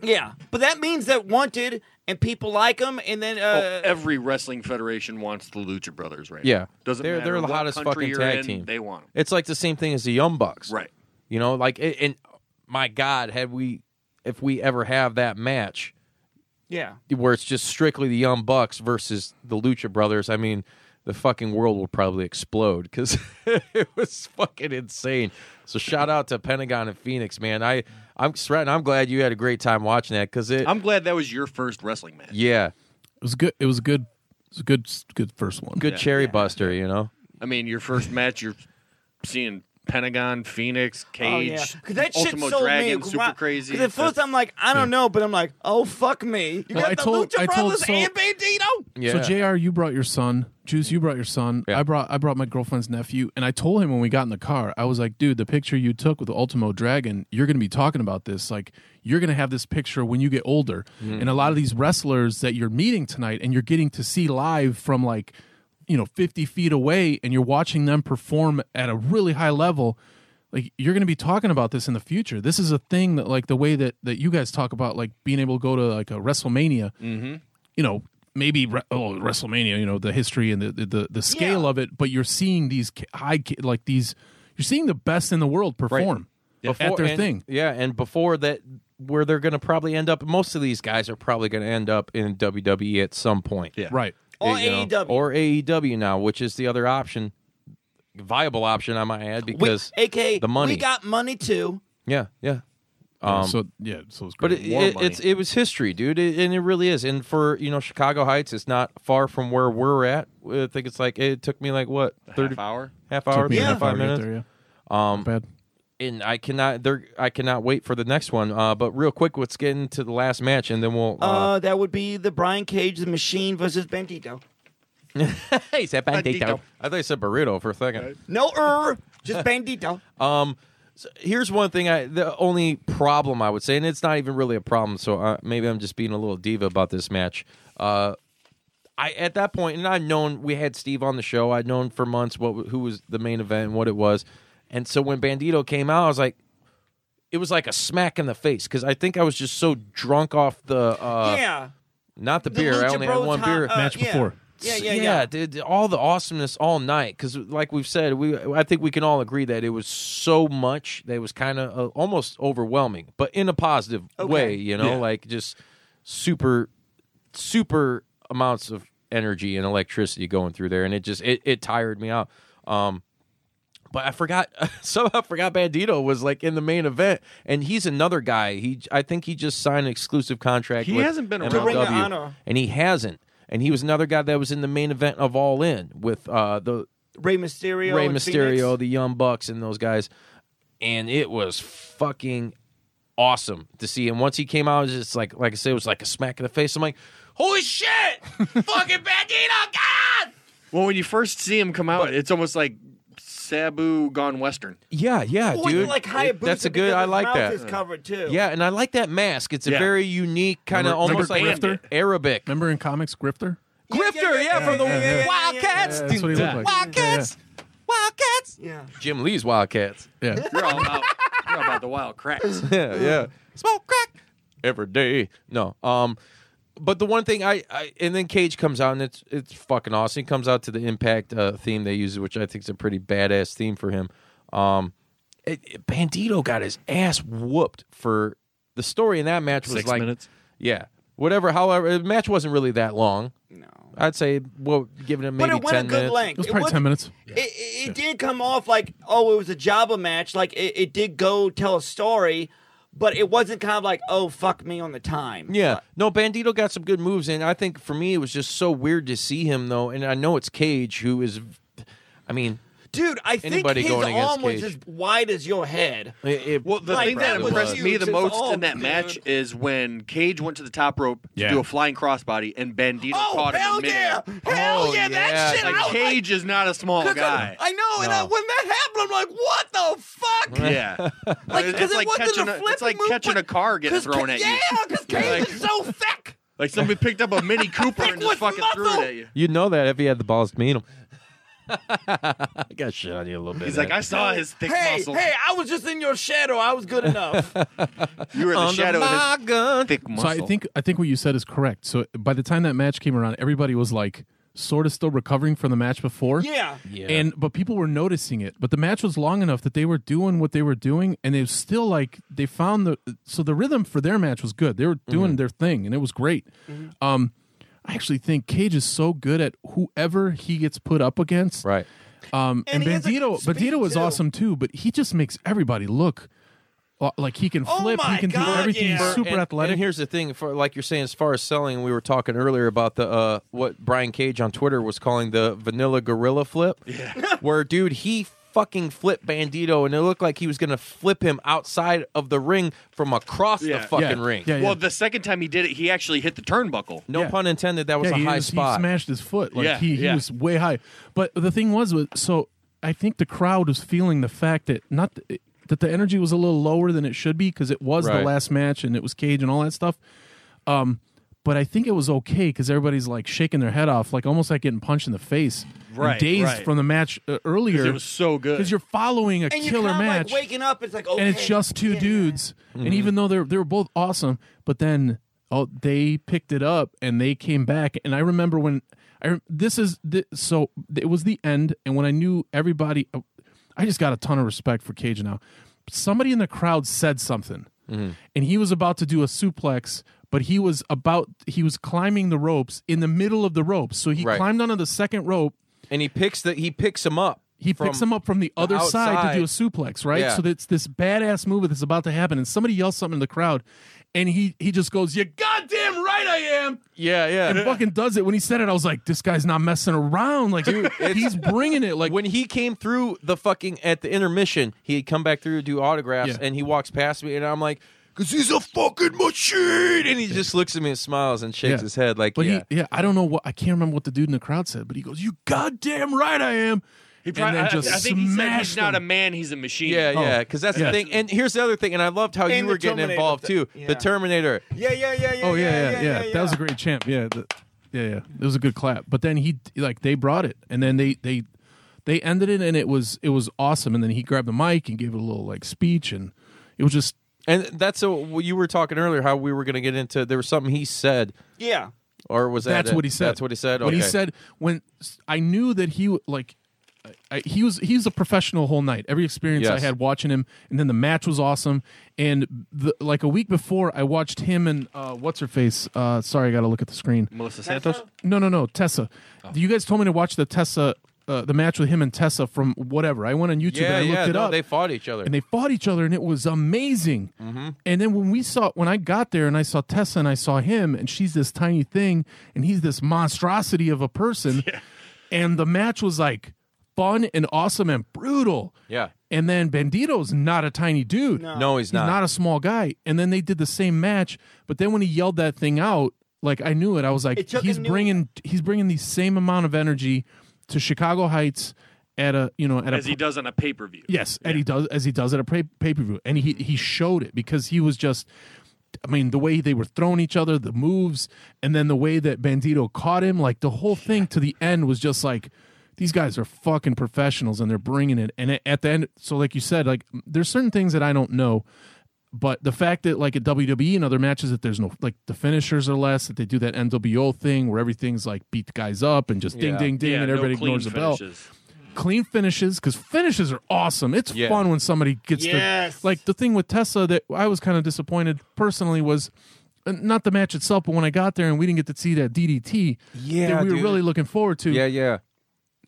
G: Yeah, but that means that wanted and people like them, and then
H: Oh,
G: uh,
H: every wrestling federation wants the Lucha Brothers, right?
E: Yeah,
H: now. doesn't
E: they're
H: matter
E: they're the
H: what
E: hottest
H: country
E: fucking
H: you're
E: tag
H: in,
E: team.
H: They want 'em.
E: It's like the same thing as the Young Bucks,
H: Right.
E: You know, like it, and my God, had we if we ever have that match
G: yeah,
E: where it's just strictly the Young Bucks versus the Lucha Brothers, I mean, the fucking world will probably explode because it was fucking insane. So shout out to Pentagon and Phoenix, man. I I'm Stratton, I'm glad you had a great time watching that because it.
H: I'm glad that was your first wrestling match.
E: yeah,
F: It was good. It was good. It was a good, good first one.
E: good cherry buster, you know.
H: I mean, your first match, you're seeing Pentagon, Phoenix,
G: Oh,
H: Cage,
G: yeah. Cause that shit
H: Ultimo
G: sold
H: Dragon,
G: me.
H: Super Crazy.
G: Because at first I'm like, I don't know, but I'm like, oh fuck me. You
F: Well,
G: got
F: I
G: the
F: told-
G: Lucha
F: I told
G: Brothers
F: Sol-
G: and Bandito.
E: Yeah.
F: So Jr., you brought your son. Juice, you brought your son.
E: Yeah.
F: I brought I brought my girlfriend's nephew, and I told him when we got in the car, I was like, "Dude, the picture you took with the Ultimo Dragon, you're going to be talking about this. Like, you're going to have this picture when you get older."
E: Mm-hmm.
F: And a lot of these wrestlers that you're meeting tonight, and you're getting to see live from like, you know, 50 feet away, and you're watching them perform at a really high level. Like you're going to be talking about this in the future. This is a thing that, like, the way that that you guys talk about, like being able to go to like a WrestleMania you know maybe re- oh WrestleMania, you know the history and the the, the, the scale of it, but you're seeing these ca- high ca- like these you're seeing the best in the world perform at their
E: and-
F: thing.
E: Yeah, and before that, where they're going to probably end up. Most of these guys are probably going to end up in WWE at some point. Yeah,
F: Right.
G: Or E AEW.
E: or AEW now, which is the other option, viable option I might add
G: We-
E: because
G: AKA,
E: the money.
G: we got money too.
E: yeah, yeah. Um,
F: so yeah, so it's great.
E: but it, it, it's it was history, dude, it, and it really is. And for you know Chicago Heights, it's not far from where we're at. I think it's like it took me like what thirty
H: hour.
E: half
F: Took
E: hour,
F: me a
E: thirty
F: half hour
E: five
F: to get
E: minutes.
F: there, yeah. Um, bad.
E: and I cannot there I cannot wait for the next one. Uh, but real quick, let's get into the last match, and then we'll.
G: Uh,
E: Uh,
G: that would be the Brian Cage, the Machine versus Bandito.
E: hey, said bandito. I thought you said burrito for a second.
G: No er, just Bandito.
E: Um, so here's one thing. I the only problem I would say, and it's not even really a problem. So uh, maybe I'm just being a little diva about this match. Uh, I at that point, and I'd known we had Steve on the show. I'd known for months what who was the main event and what it was, and so when Bandito came out, I was like. It was like a smack in the face because I think I was just so drunk off the uh,
G: yeah,
E: Not the,
G: The
E: beer. I
G: Lucha
E: only
G: Bros
E: had one
G: hot-
E: beer.
G: uh,
F: Match
G: yeah.
F: before.
G: Yeah, yeah, yeah.
E: yeah, dude, all the awesomeness all night. Because, like we've said, we I think we can all agree that it was so much that it was kind of uh, almost overwhelming, but in a positive way. You know, like just super, super amounts of energy and electricity going through there, and it just it, it tired me out. Um, But I forgot somehow I forgot Bandito was like in the main event, and he's another guy. He I think he just signed an exclusive contract.
H: He
E: with
H: hasn't been
E: MLW,
H: around. To Ring of Honor.
E: and he hasn't. And he was another guy that was in the main event of All In with uh, the
G: Ray Mysterio.
E: Ray
G: and
E: Mysterio,
G: Phoenix.
E: the Young Bucks, and those guys. And it was fucking awesome to see. And once he came out, it was just like like I said, it was like a smack in the face. I'm like, holy shit! fucking Bandito, God!
H: Well, when you first see him come out, it's almost like Sabu gone Western.
E: Yeah, yeah,
G: Well,
E: dude.
G: Like
E: It-
G: Hayabusa
E: that's a
G: because
E: good. I
G: his
E: like
G: mouth
E: that.
G: Is covered too.
E: Yeah, and I like that mask. It's a
H: Yeah.
E: very unique kind of
F: Remember-
E: almost like
F: remember Grifter?
E: Arabic.
F: Remember in comics, Grifter?
E: Grifter, yeah, from the Wildcats.
F: yeah, that's what he
E: Dude,
F: looked like.
E: Wildcats. Wildcats.
G: Yeah.
E: Jim Lee's Wildcats.
F: Yeah.
H: You're all about, you're all about the wild cracks.
E: yeah,
H: Mm.
E: yeah. Smoke crack every day. No, um, but the one thing I, I and then Cage comes out and it's it's fucking awesome. He comes out to the Impact uh, theme they use, which I think is a pretty badass theme for him. Um, it, it- Bandito got his ass whooped for the story in that match was
H: Six
E: like
H: minutes?
E: Yeah, whatever. However, the match wasn't really that long.
G: No.
E: I'd say well, giving it maybe
G: But it went a
E: ten
G: good
E: minutes.
F: It
G: length.
F: was probably
G: was-
F: 10 minutes.
G: It, it, it did come off like, oh, it was a Java match. Like it, it did go tell a story, but it wasn't kind of like, oh, fuck me on the time.
E: Yeah. No, Bandito got some good moves, and I think for me it was just so weird to see him though, and I know it's Cage who is, I mean,
G: Dude, I think
E: Anybody
G: his
E: going against
G: arm was
E: Cage.
G: as wide as your head.
E: it, it-
H: Well, the
G: Like,
H: thing that
G: that was
H: impressed me
G: huge
H: the
G: as
H: most
G: all,
H: in that
G: dude.
H: match is when Cage went to the top rope
A: Yeah.
H: to do a flying crossbody and Bandito
G: Oh,
H: caught
G: hell
H: him. in
G: yeah!
H: midair.
G: Hell
E: Oh,
G: yeah,
E: yeah.
G: that shit!
E: Like,
G: I
H: Like
G: was
H: Cage is not a small
G: like,
H: guy.
G: I know, and I,
E: No.
G: when that happened, I'm like, what the fuck?
H: yeah,
G: Like,
H: It's
G: because it
H: like
G: wasn't
H: catching
G: a
H: a-
G: flip
H: it's like
G: move,
H: catching
G: but-
H: a car getting
G: 'cause
H: thrown
G: Ca-
H: at you.
G: Yeah, because Cage
H: Like-
G: is so thick.
H: like somebody picked up a Mini Cooper and just
G: with
H: fucking threw it
G: muscle.
H: at you.
E: you'd know that if he had the balls to meet him. I got shit on you a little bit.
H: He's like, I saw his thick
G: Hey,
H: muscle.
G: hey, I was just in your shadow. I was good enough.
H: you were the shadow of his
E: gun.
H: thick
F: So
H: muscle.
F: I think I think what you said is correct. So by the time that match came around, everybody was like sort of still recovering from the match before.
G: yeah.
E: Yeah.
F: And but people were noticing it. But the match was long enough that they were doing what they were doing and they was still like they found the so the rhythm for their match was good. They were doing
E: Mm-hmm.
F: their thing and it was great. Um I actually think Cage is so good at whoever he gets put up against.
E: right.
F: Um, and,
G: And he has a good
F: Bandito,
G: speed,
F: Bandito is
G: too.
F: awesome too, but he just makes everybody look uh, like he can
G: Oh
F: flip, he
G: my
F: can do
G: God,
F: everything. He's
G: yeah.
F: super
E: and,
F: athletic.
E: And here's the thing, for like you're saying, as far as selling, we were talking earlier about the uh, what Brian Cage on Twitter was calling the vanilla gorilla flip. Yeah. where dude, he fucking flipped Bandito, and it looked like he was gonna flip him outside of the ring from across
H: Yeah.
E: the fucking ring.
F: Yeah, yeah.
H: Well, the second time he did it, he actually hit the turnbuckle.
E: No
F: Yeah.
E: pun intended. That was
F: yeah,
E: a
F: he
E: high
F: was-
E: spot.
F: He smashed his foot. Like
H: Yeah,
F: he, he
H: yeah.
F: was way high. But the thing was, was so I think the crowd was feeling the fact that not th- that the energy was a little lower than it should be because it was
E: Right.
F: the last match and it was Cage and all that stuff. Um, but I think it was okay because everybody's like shaking their head off, like almost like getting punched in the face, and
H: Right,
F: dazed
H: right.
F: from the match uh, earlier.
H: It was so good.
F: because you're following a
G: And you're
F: killer
G: kind of
F: match
G: like waking up. It's like, okay.
F: and it's just two
G: yeah.
F: dudes. And even though they're they were both awesome, but then oh, they picked it up and they came back. And I remember when I rem- this is the, so it was the end, and when I knew everybody, oh, I just got a ton of respect for Cage now. Somebody in the crowd said something, and he was about to do a suplex. But he was about he was climbing the ropes in the middle of the ropes. So he
E: Right.
F: climbed onto the second rope
E: and he picks the he picks him up.
F: he
E: from-
F: picks him up from the other side to do a suplex, right?
E: Yeah.
F: So it's this badass move that's about to happen, and somebody yells something in the crowd, and he he just goes, "You goddamn right I am,"
E: Yeah,
F: and
E: yeah.
F: fucking does it. When he said it, I was like, "This guy's not messing around. Like he's bringing it." Like
E: when he came through the fucking at the intermission, he had come back through to do autographs,
F: Yeah.
E: and he walks past me, and I'm like, "Cause he's a fucking machine," and he just looks at me and smiles and shakes
F: Yeah.
E: his head like,
F: But
E: "Yeah."
F: he, yeah, I don't know what I can't remember what the dude in the crowd said, but he goes, "You goddamn right I am,"
H: He probably,
F: and then just
H: I, I think he said he's
F: smashed
H: not a
F: him.
H: man, he's a machine.
E: yeah,
F: Oh,
E: yeah, because that's the
F: Yeah.
E: thing. And here's the other thing, and I loved how you
G: And the
E: were getting
G: Terminator
E: involved too.
G: thing.
E: The
G: Yeah.
E: Terminator,
G: Yeah, yeah, yeah, yeah.
F: Oh yeah, yeah, yeah.
G: yeah.
F: That was a great champ. Yeah, the, yeah, yeah. It was a good clap. But then he like they brought it, and then they they they ended it, and it was it was awesome. And then he grabbed the mic and gave it a little like speech, and it was just
E: and that's a, well, you were talking earlier how we were going to get into. There was something he said,
G: Yeah.
E: or was that
F: that's
E: it?
F: what he said.
E: That's what he said.
F: When he
E: Okay.
F: said when I knew that he w- like. I, he was he's a professional whole night. Every experience I
E: Yes.
F: had watching him, and then the match was awesome. And the, like a week before, I watched him and uh, what's her face. Uh, sorry, I got to look at the screen.
H: Melissa Santos?
E: Oh.
F: No, no, no, Tessa. You guys told me to watch the Tessa uh, the match with him and Tessa from whatever. I went on YouTube
E: yeah,
F: and I
E: yeah.
F: looked it
E: no,
F: up.
E: They fought each other.
F: and they fought each other, and it was amazing.
E: Mhm.
F: And then when we saw, when I got there and I saw Tessa and I saw him, and she's this tiny thing, and he's this monstrosity of a person, and the match was like fun and awesome and brutal.
E: yeah.
F: And then Bandito's not a tiny dude.
E: No. No, he's not.
F: not a small guy. And then they did the same match, but then when he yelled that thing out, like I knew it. I was like,
G: It took a
F: he's
G: new-
F: bringing he's bringing the same amount of energy to Chicago Heights at a you know at
H: as
F: a
H: he does on a pay per view.
F: Yes, and he does as he does at a pay per view, and he he showed it because he was just, I mean, the way they were throwing each other, the moves, and then the way that Bandito caught him, like the whole thing to the end was just like, these guys are fucking professionals and they're bringing it. And at the end, so like you said, like there's certain things that I don't know. But the fact that like at WWE and other matches that there's no like the finishers are less that they do that NWO thing where everything's like beat the guys up and just ding
H: Yeah.
F: ding ding
H: Yeah,
F: and
H: no
F: everybody
H: clean
F: ignores the belt
H: finishes.
F: clean finishes because finishes are awesome. It's
H: Yeah.
F: fun when somebody gets
H: Yes.
F: the like the thing with Tessa that I was kind of disappointed personally was uh, not the match itself, but when I got there and we didn't get to see that DDT
E: Yeah,
F: that we
E: dude.
F: were really looking forward to.
E: Yeah, yeah.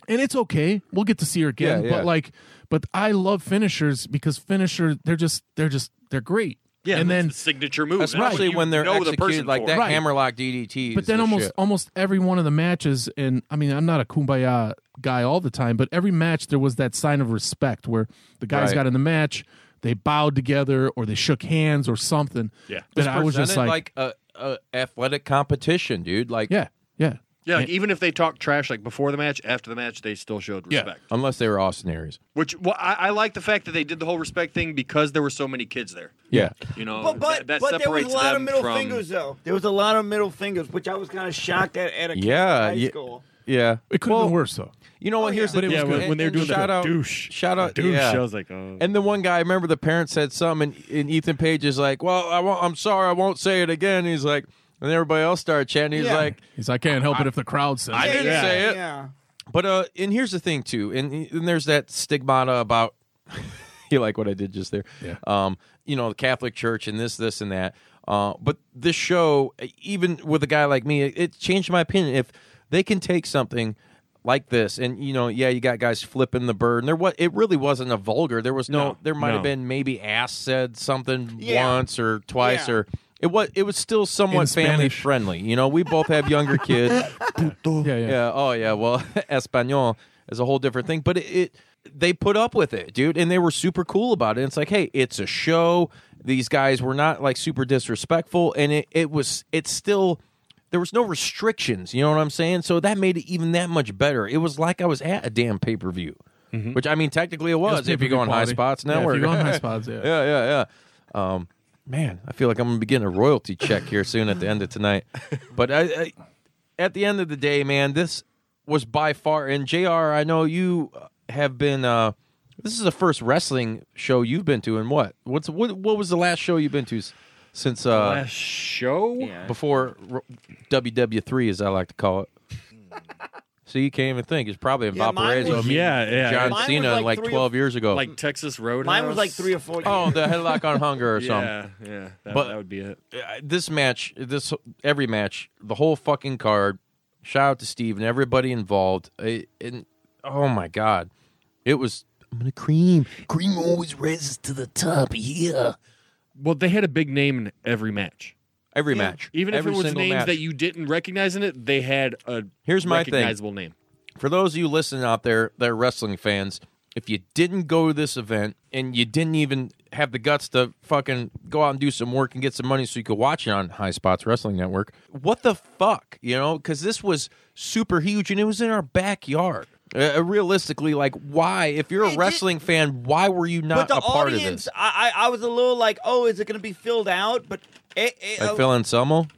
F: And it's okay. We'll get to see her again.
E: Yeah, yeah.
F: But like but I love finishers because finisher they're just they're just they're great.
H: Yeah,
F: and
H: that's
F: then
H: the signature move, That's
E: Especially
H: what you
E: when they're
H: know the
E: executed
H: person
E: like
H: for.
E: that
F: Right.
E: hammerlock DDT.
F: but then almost almost every one of the matches and i mean i'm not a kumbaya guy all the time but every match there was that sign of respect where the guys
E: Right.
F: got in the match they bowed together or they shook hands or something
H: Yeah.
F: that i was just like,
E: a, a athletic competition, dude. Like
F: yeah yeah
H: Yeah, like, even if they talk trash like before the match, after the match, they still showed
E: Yeah.
H: respect.
E: Unless they were Austin Aries.
H: Which well, I, I like the fact that they did the whole respect thing because there were so many kids there.
E: Yeah.
H: You know,
G: But but,
H: Oh, that, that
G: but there was
H: separates
G: a lot of
H: them
G: middle
H: from-
G: fingers though. There was a lot of middle fingers, which I was kind of shocked at at a kid
E: Yeah,
G: in high
E: yeah.
G: school.
E: Yeah.
F: it could have been worse though
E: You know what? here's the
F: But it was
E: thing,
F: good.
E: and-
L: when they were
E: and
L: doing the
E: shout out,
L: douche,
E: Shout out,
L: douche,
E: yeah.
L: I was like, oh.
E: And the one guy, I remember the parent said something, and, and Ethan Page is like, "Well, I won't, I'm sorry, I won't say it again." He's like, and everybody else started chanting. He's
G: Yeah.
E: like,
F: he's i can't help it if the crowd says
E: "I
F: it."
E: didn't say it."
G: Yeah.
E: But uh, and here's the thing too, and, and there's that stigmata about you like what I did just there.
F: Yeah.
E: Um, you know, the Catholic Church and this, this, and that. Uh, but this show, even with a guy like me, it, it changed my opinion. If they can take something like this, and you know, yeah, you got guys flipping the bird, and there what it really wasn't a vulgar. There was no,
L: No,
E: there might have
L: no.
E: been maybe ass said something
G: Yeah.
E: once or twice
G: Yeah.
E: or. It was it was still somewhat family
F: Spanish.
E: friendly, you know. We both have younger kids.
F: yeah yeah,
E: Yeah. Oh, yeah. Well, Espanol is a whole different thing, but it, it they put up with it, dude, and they were super cool about it. It's like, hey, it's a show. These guys were not like super disrespectful, and it it was it's still there was no restrictions. You know what I'm saying? So that made it even that much better. It was like I was at a damn pay per view,
F: Mm-hmm.
E: which I mean, technically it was. if you go on high
F: quality.
E: spots now,
F: Yeah, if
E: we're
F: you go on High Spots, yeah.
E: yeah, yeah, yeah. Um, man, I feel like I'm gonna be getting a royalty check here soon at the end of tonight. But I, I, at the end of the day, man, this was by far. And Jr., I know you have been. Uh, this is the first wrestling show you've been to, and what? What's what? What was the last show you've been to s- since uh,
H: Last show?
E: before r- WW3, as I like to call it? So you can't even think. It's probably in
G: Yeah, mine
E: Valparaiso.
G: was-
E: meeting
L: Yeah, yeah.
E: John
G: Mine was
E: Cena
G: like
E: like,
G: three or-
E: 12 years ago.
H: Like Texas Road.
G: Mine was like three or four.
E: oh, the headlock on hunger or something.
H: Yeah, yeah. That,
E: But-
H: that would be it.
E: I- this match, this every match, the whole fucking card. Shout out to Steve and everybody involved. I- and oh my god, it was. I'm gonna cream. Cream always rises to the top. Yeah.
H: Well, they had a big name in every match.
E: Every match,
H: Even if
E: every
H: it was
E: single
H: names
E: match.
H: that you didn't recognize in it, they had a
E: Here's my thing.
H: recognizable name.
E: for those of you listening out there that are wrestling fans, if you didn't go to this event and you didn't even have the guts to fucking go out and do some work and get some money so you could watch it on High Spots Wrestling Network, what the fuck? You know, because this was super huge and it was in our backyard. Uh, realistically, like, why? If you're a
G: did-
E: wrestling fan, why were you
G: but
E: not
G: the
E: a part
G: audience,
E: of this?
G: I, I I was a little like, oh, is it going to be filled out? But it,
E: Like
G: it,
E: mm-hmm.
G: uh,
E: Phil Anselmo?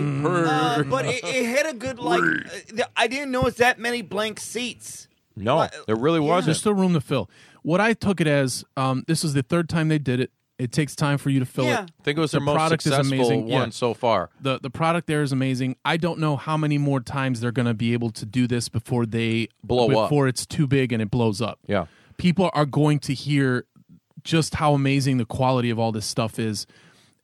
G: uh, but it, it hit a good like. uh, the- I didn't notice that many blank seats.
E: No, there really wasn't.
F: There's still room to fill. What I took it as, um, this is the third time they did it. It takes time for you to fill
G: Yeah.
F: it.
E: I think it was
F: the
E: their most
F: product is
E: successful
F: amazing. Yeah.
E: one so far.
F: The the product there is amazing. I don't know how many more times they're going to be able to do this before they
E: Blow up.
F: before it's too big and it blows up.
E: Yeah.
F: People are going to hear just how amazing the quality of all this stuff is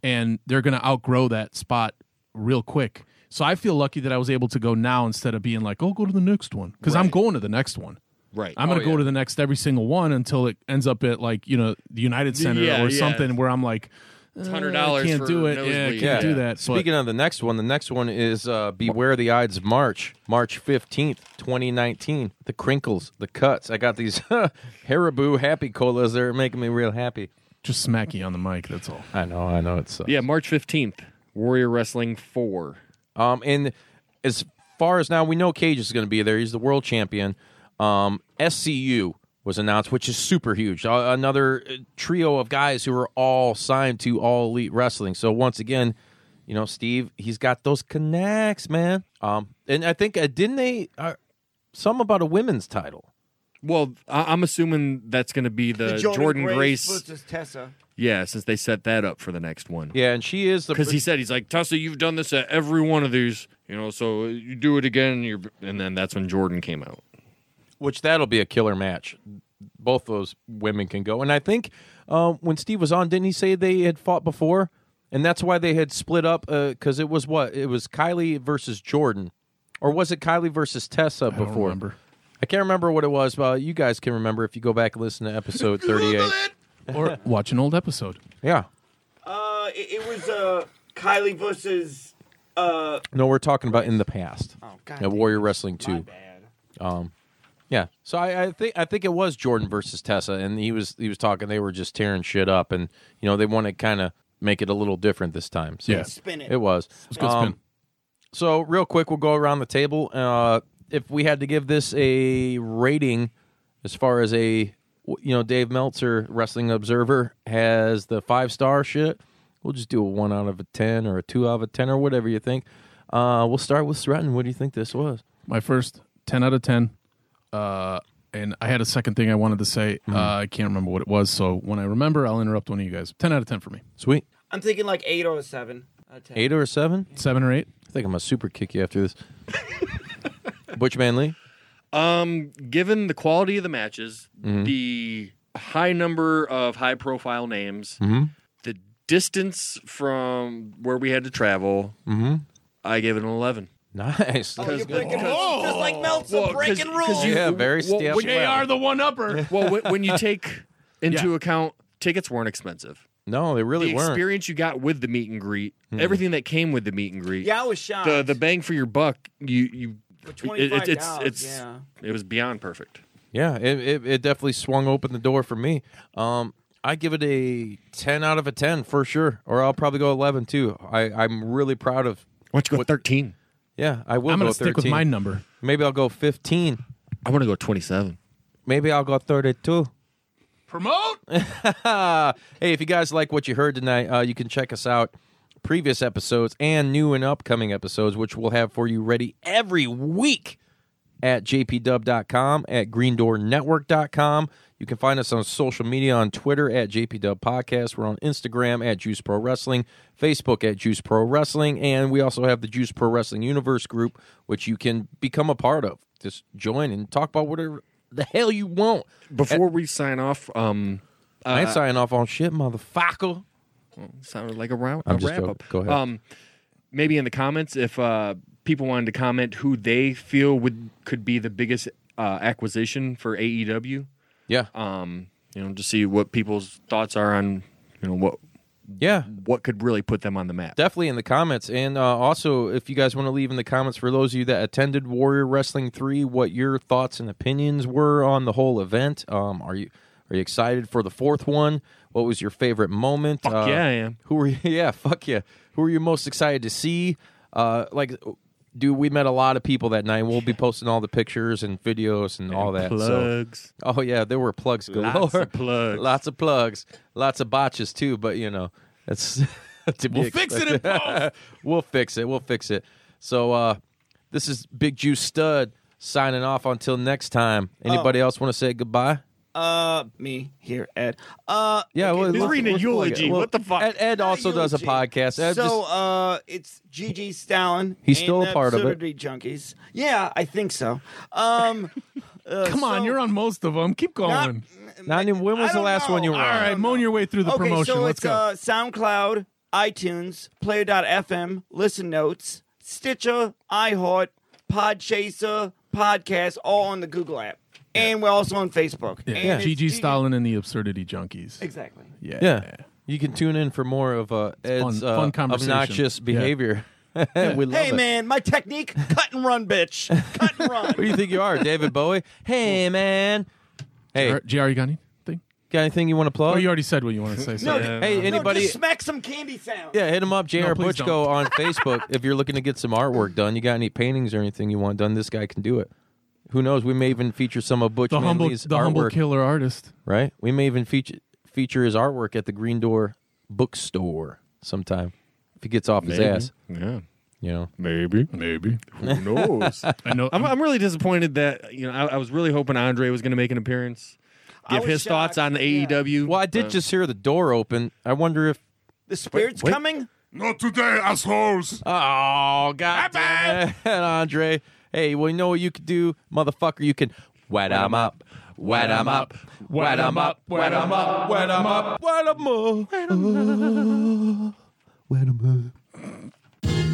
F: and they're going to outgrow that spot real quick. So I feel lucky that I was able to go now instead of being like, "Oh, go to the next one" cuz I'm going to the next one.
H: Right.
F: I'm going
H: Oh,
F: to go to the next every single one until it ends up at like you know the United Center
H: Yeah,
F: or
H: yeah.
F: something where I'm like,
H: It's
F: "Uh,
H: $100
F: I can't
H: for
F: do it. Yeah, I
H: nosebleed."
F: can't do that. But
E: Speaking of the next one, the next one is uh, Beware the Ides of March, March 15th, 2019. The crinkles, the cuts. I got these Haribo Happy Colas. They're making me real happy.
F: just smack you on the mic. That's all.
E: I know, I know. It's uh,
H: Yeah, March 15th, Warrior Wrestling 4.
E: Um, and as far as now, we know Cage is going to be there. He's the world champion. Um, SCU was announced, which is super huge. Uh, another uh, trio of guys who are all signed to All Elite Wrestling. So once again, you know, Steve, he's got those connects, man. Um, and I think uh, didn't they uh, some about a women's title?
H: Well, I- I'm assuming that's going to be the, Uh, Jordan, Grace.
G: versus Tessa.
H: yeah, since they set that up for the next one.
E: Yeah, and she is the
H: Because he said he's like Tessa, you've done this at every one of these, you know. So you do it again, and, you're, and then that's when Jordan came out.
E: which that'll be a killer match. Both those women can go, and I think um, when Steve was on, didn't he say they had fought before, and that's why they had split up because it was what it was Kylie versus Jordan, or was it Kylie versus Tessa before?
F: remember.
E: I can't remember what it was, but you guys can remember if you go back and listen to episode thirty-eight.
F: or watch an old episode.
E: Yeah,
G: Uh, it, it was uh Kylie versus uh.
E: no, we're talking about in the past.
G: Oh, God
E: Yeah,
G: damn
E: Warrior Wrestling Two.
G: bad.
E: Um, yeah. So I, I think I think it was Jordan versus Tessa, and he was he was talking. They were just tearing shit up, and you know they want to kind of make it a little different this time. So
F: Yeah.
G: Spin it.
E: It was.
F: Let's go spin.
E: So real quick, we'll go around the table. Uh, if we had to give this a rating, as far as a you know Dave Meltzer, Wrestling Observer, has the five star shit. We'll just do a one out of a ten or a two out of a ten or whatever you think. Uh, we'll start with Stratton. What do you think this was?
F: my first 10 out of 10 uh, and i had a second thing i wanted to say uh, i can't remember what it was so when i remember i'll interrupt one of you guys 10 out of 10 for me
E: Sweet.
G: I'm thinking like eight or seven. Uh, ten.
E: Eight or a seven?
F: 7 or 8
E: I think I'm gonna super kick you after this. Butchman Lee.
H: Um, given the quality of the matches, the high number of high profile names, the distance from where we had to travel, I gave it an 11.
E: Nice.
G: Oh, you're breaking rules, just like Meltzer
H: Well, 'cause-
G: breaking
H: 'cause
G: rules.
H: you-
E: yeah, very
H: well,
E: stale.
H: when-
F: the one upper
H: Well, when, when you take into account tickets weren't expensive,
E: no, they really
H: the
E: weren't.
H: experience you got with the meet and greet, everything that came with the meet and greet,
G: Yeah, I was shocked.
H: the the bang for your buck, you you
G: For
H: it,
G: $25,
H: it, it's it's
G: yeah.
H: it was beyond perfect.
E: Yeah, it, it, it definitely swung open the door for me. Um, I give it a ten out of a ten for sure, or I'll probably go eleven too. I I'm really proud of.
H: Why don't you go thirteen?
E: Yeah, I will
F: i'm
E: go
F: gonna stick
E: 13.
F: with my number
E: Maybe I'll go fifteen.
H: I want to go twenty seven.
E: Maybe I'll go thirty-two.
F: promote
E: Uh, hey, if you guys like what you heard tonight, uh, you can check us out previous episodes and new and upcoming episodes, which we'll have for you ready every week at jpdub.com, at greendoornetwork.com. You can find us on social media on Twitter at JPDub Podcast. We're on Instagram at Juice Pro Wrestling, Facebook at Juice Pro Wrestling, and we also have the Juice Pro Wrestling Universe group, which you can become a part of. Just join and talk about whatever the hell you want.
H: Before we sign off, um,
E: I ain't signing off on shit, motherfucker.
H: sounded like a round
E: I'm
H: a
E: just
H: wrap
E: joking.
H: up.
E: Go ahead.
H: Um, maybe in the comments if uh, people wanted to comment who they feel would could be the biggest uh, acquisition for AEW.
E: Yeah.
H: Um, you know, just see what people's thoughts are on you know what
E: yeah.
H: what could really put them on the map.
E: Definitely in the comments. And uh, also, if you guys want to leave in the comments for those of you that attended Warrior Wrestling 3, what your thoughts and opinions were on the whole event. Um, are you are you excited for the fourth one? What was your favorite moment? Fuck
H: yeah, I am.
E: Who were you? Yeah, fuck yeah. Who were you most excited to see? Uh, like, dude, we met a lot of people that night. We'll be posting all the pictures and videos and, all that. So.
H: Plugs.
E: Oh yeah, there were plugs galore.
H: Lots of plugs.
E: Lots of plugs. Lots of botches too, but you know, it's to be
F: We'll fix it in
E: expected. we'll fix it. We'll fix it. So uh this is Big Juice Stud signing off until next time. Anybody
G: Oh.
E: else want to say goodbye?
G: Uh, me here, Ed. Uh,
E: Yeah, well,
H: He's
E: let's-
H: reading a
E: let's plug it.
H: eulogy. What the fuck?
E: Ed, Ed also does a
G: Eulogy.
E: podcast. Ed
G: so
E: just-
G: uh, it's GG Stalin.
E: He's still
G: and
E: a part of it.
G: Absurdity Junkies. Yeah, I think so. Um, uh,
F: come on
G: so-
F: you're on most of them keep
G: Not-
F: going
E: not even, when was
G: um, I
E: the
G: don't
E: last one
G: know.
E: you were
F: all
E: on?
F: right moan your way through the
G: okay,
F: promotion
G: so
F: let's
G: it's
F: go
G: uh, SoundCloud, iTunes, Player.fm, Listen Notes, Stitcher, iHeart, Podchaser, Podcast, all on the Google app. and we're also on Facebook.
F: Yeah.
G: And it's
F: GG Stalin and the Absurdity Junkies.
G: Exactly.
F: Yeah.
E: Yeah. You can tune in for more of uh, Ed's
F: fun-
E: uh,
F: fun conversation.
E: obnoxious
F: Yeah.
E: behavior. we love
G: hey
E: it.
G: man, my technique, cut and run, bitch. Cut and run.
E: Who do you think you are, David Bowie? Hey man. Hey,
F: Gr- GR, you got anything?
E: got anything you want to plug?
F: Oh, you already said what you want to say.
G: no,
F: So. um,
E: hey, anybody?
G: no, just smack some candy sound.
E: yeah, hit him up, Jr.
F: No, please
E: Butchko
F: don't.
E: on Facebook. if you're looking to get some artwork done, you got any paintings or anything you want done, this guy can do it. Who knows? We may even feature some of Butch
F: The humble,
E: Manley's
F: the
E: artwork.
F: humble killer artist.
E: right? We may even feature feature his artwork at the Green Door Bookstore sometime if he gets off
H: Maybe.
E: his ass.
H: Yeah.
E: You know,
H: Maybe. Maybe. Who knows?
F: I know.
H: I'm, I'm really disappointed that you know I, I was really hoping Andre was going to make an appearance,
G: I
H: give
G: was
H: his thoughts on
G: shocked,
H: the E
G: yeah.
H: AEW.
E: well, I did just hear the door open. I wonder if.
G: The spirit's coming.
L: Not today, assholes.
E: Oh God, damn it, Andre! Hey, well, you know what you could do, motherfucker? You can wet 'em up, wet 'em up, wet 'em up, wet 'em up, wet 'em up, wet 'em up, wet 'em up, wet 'em up.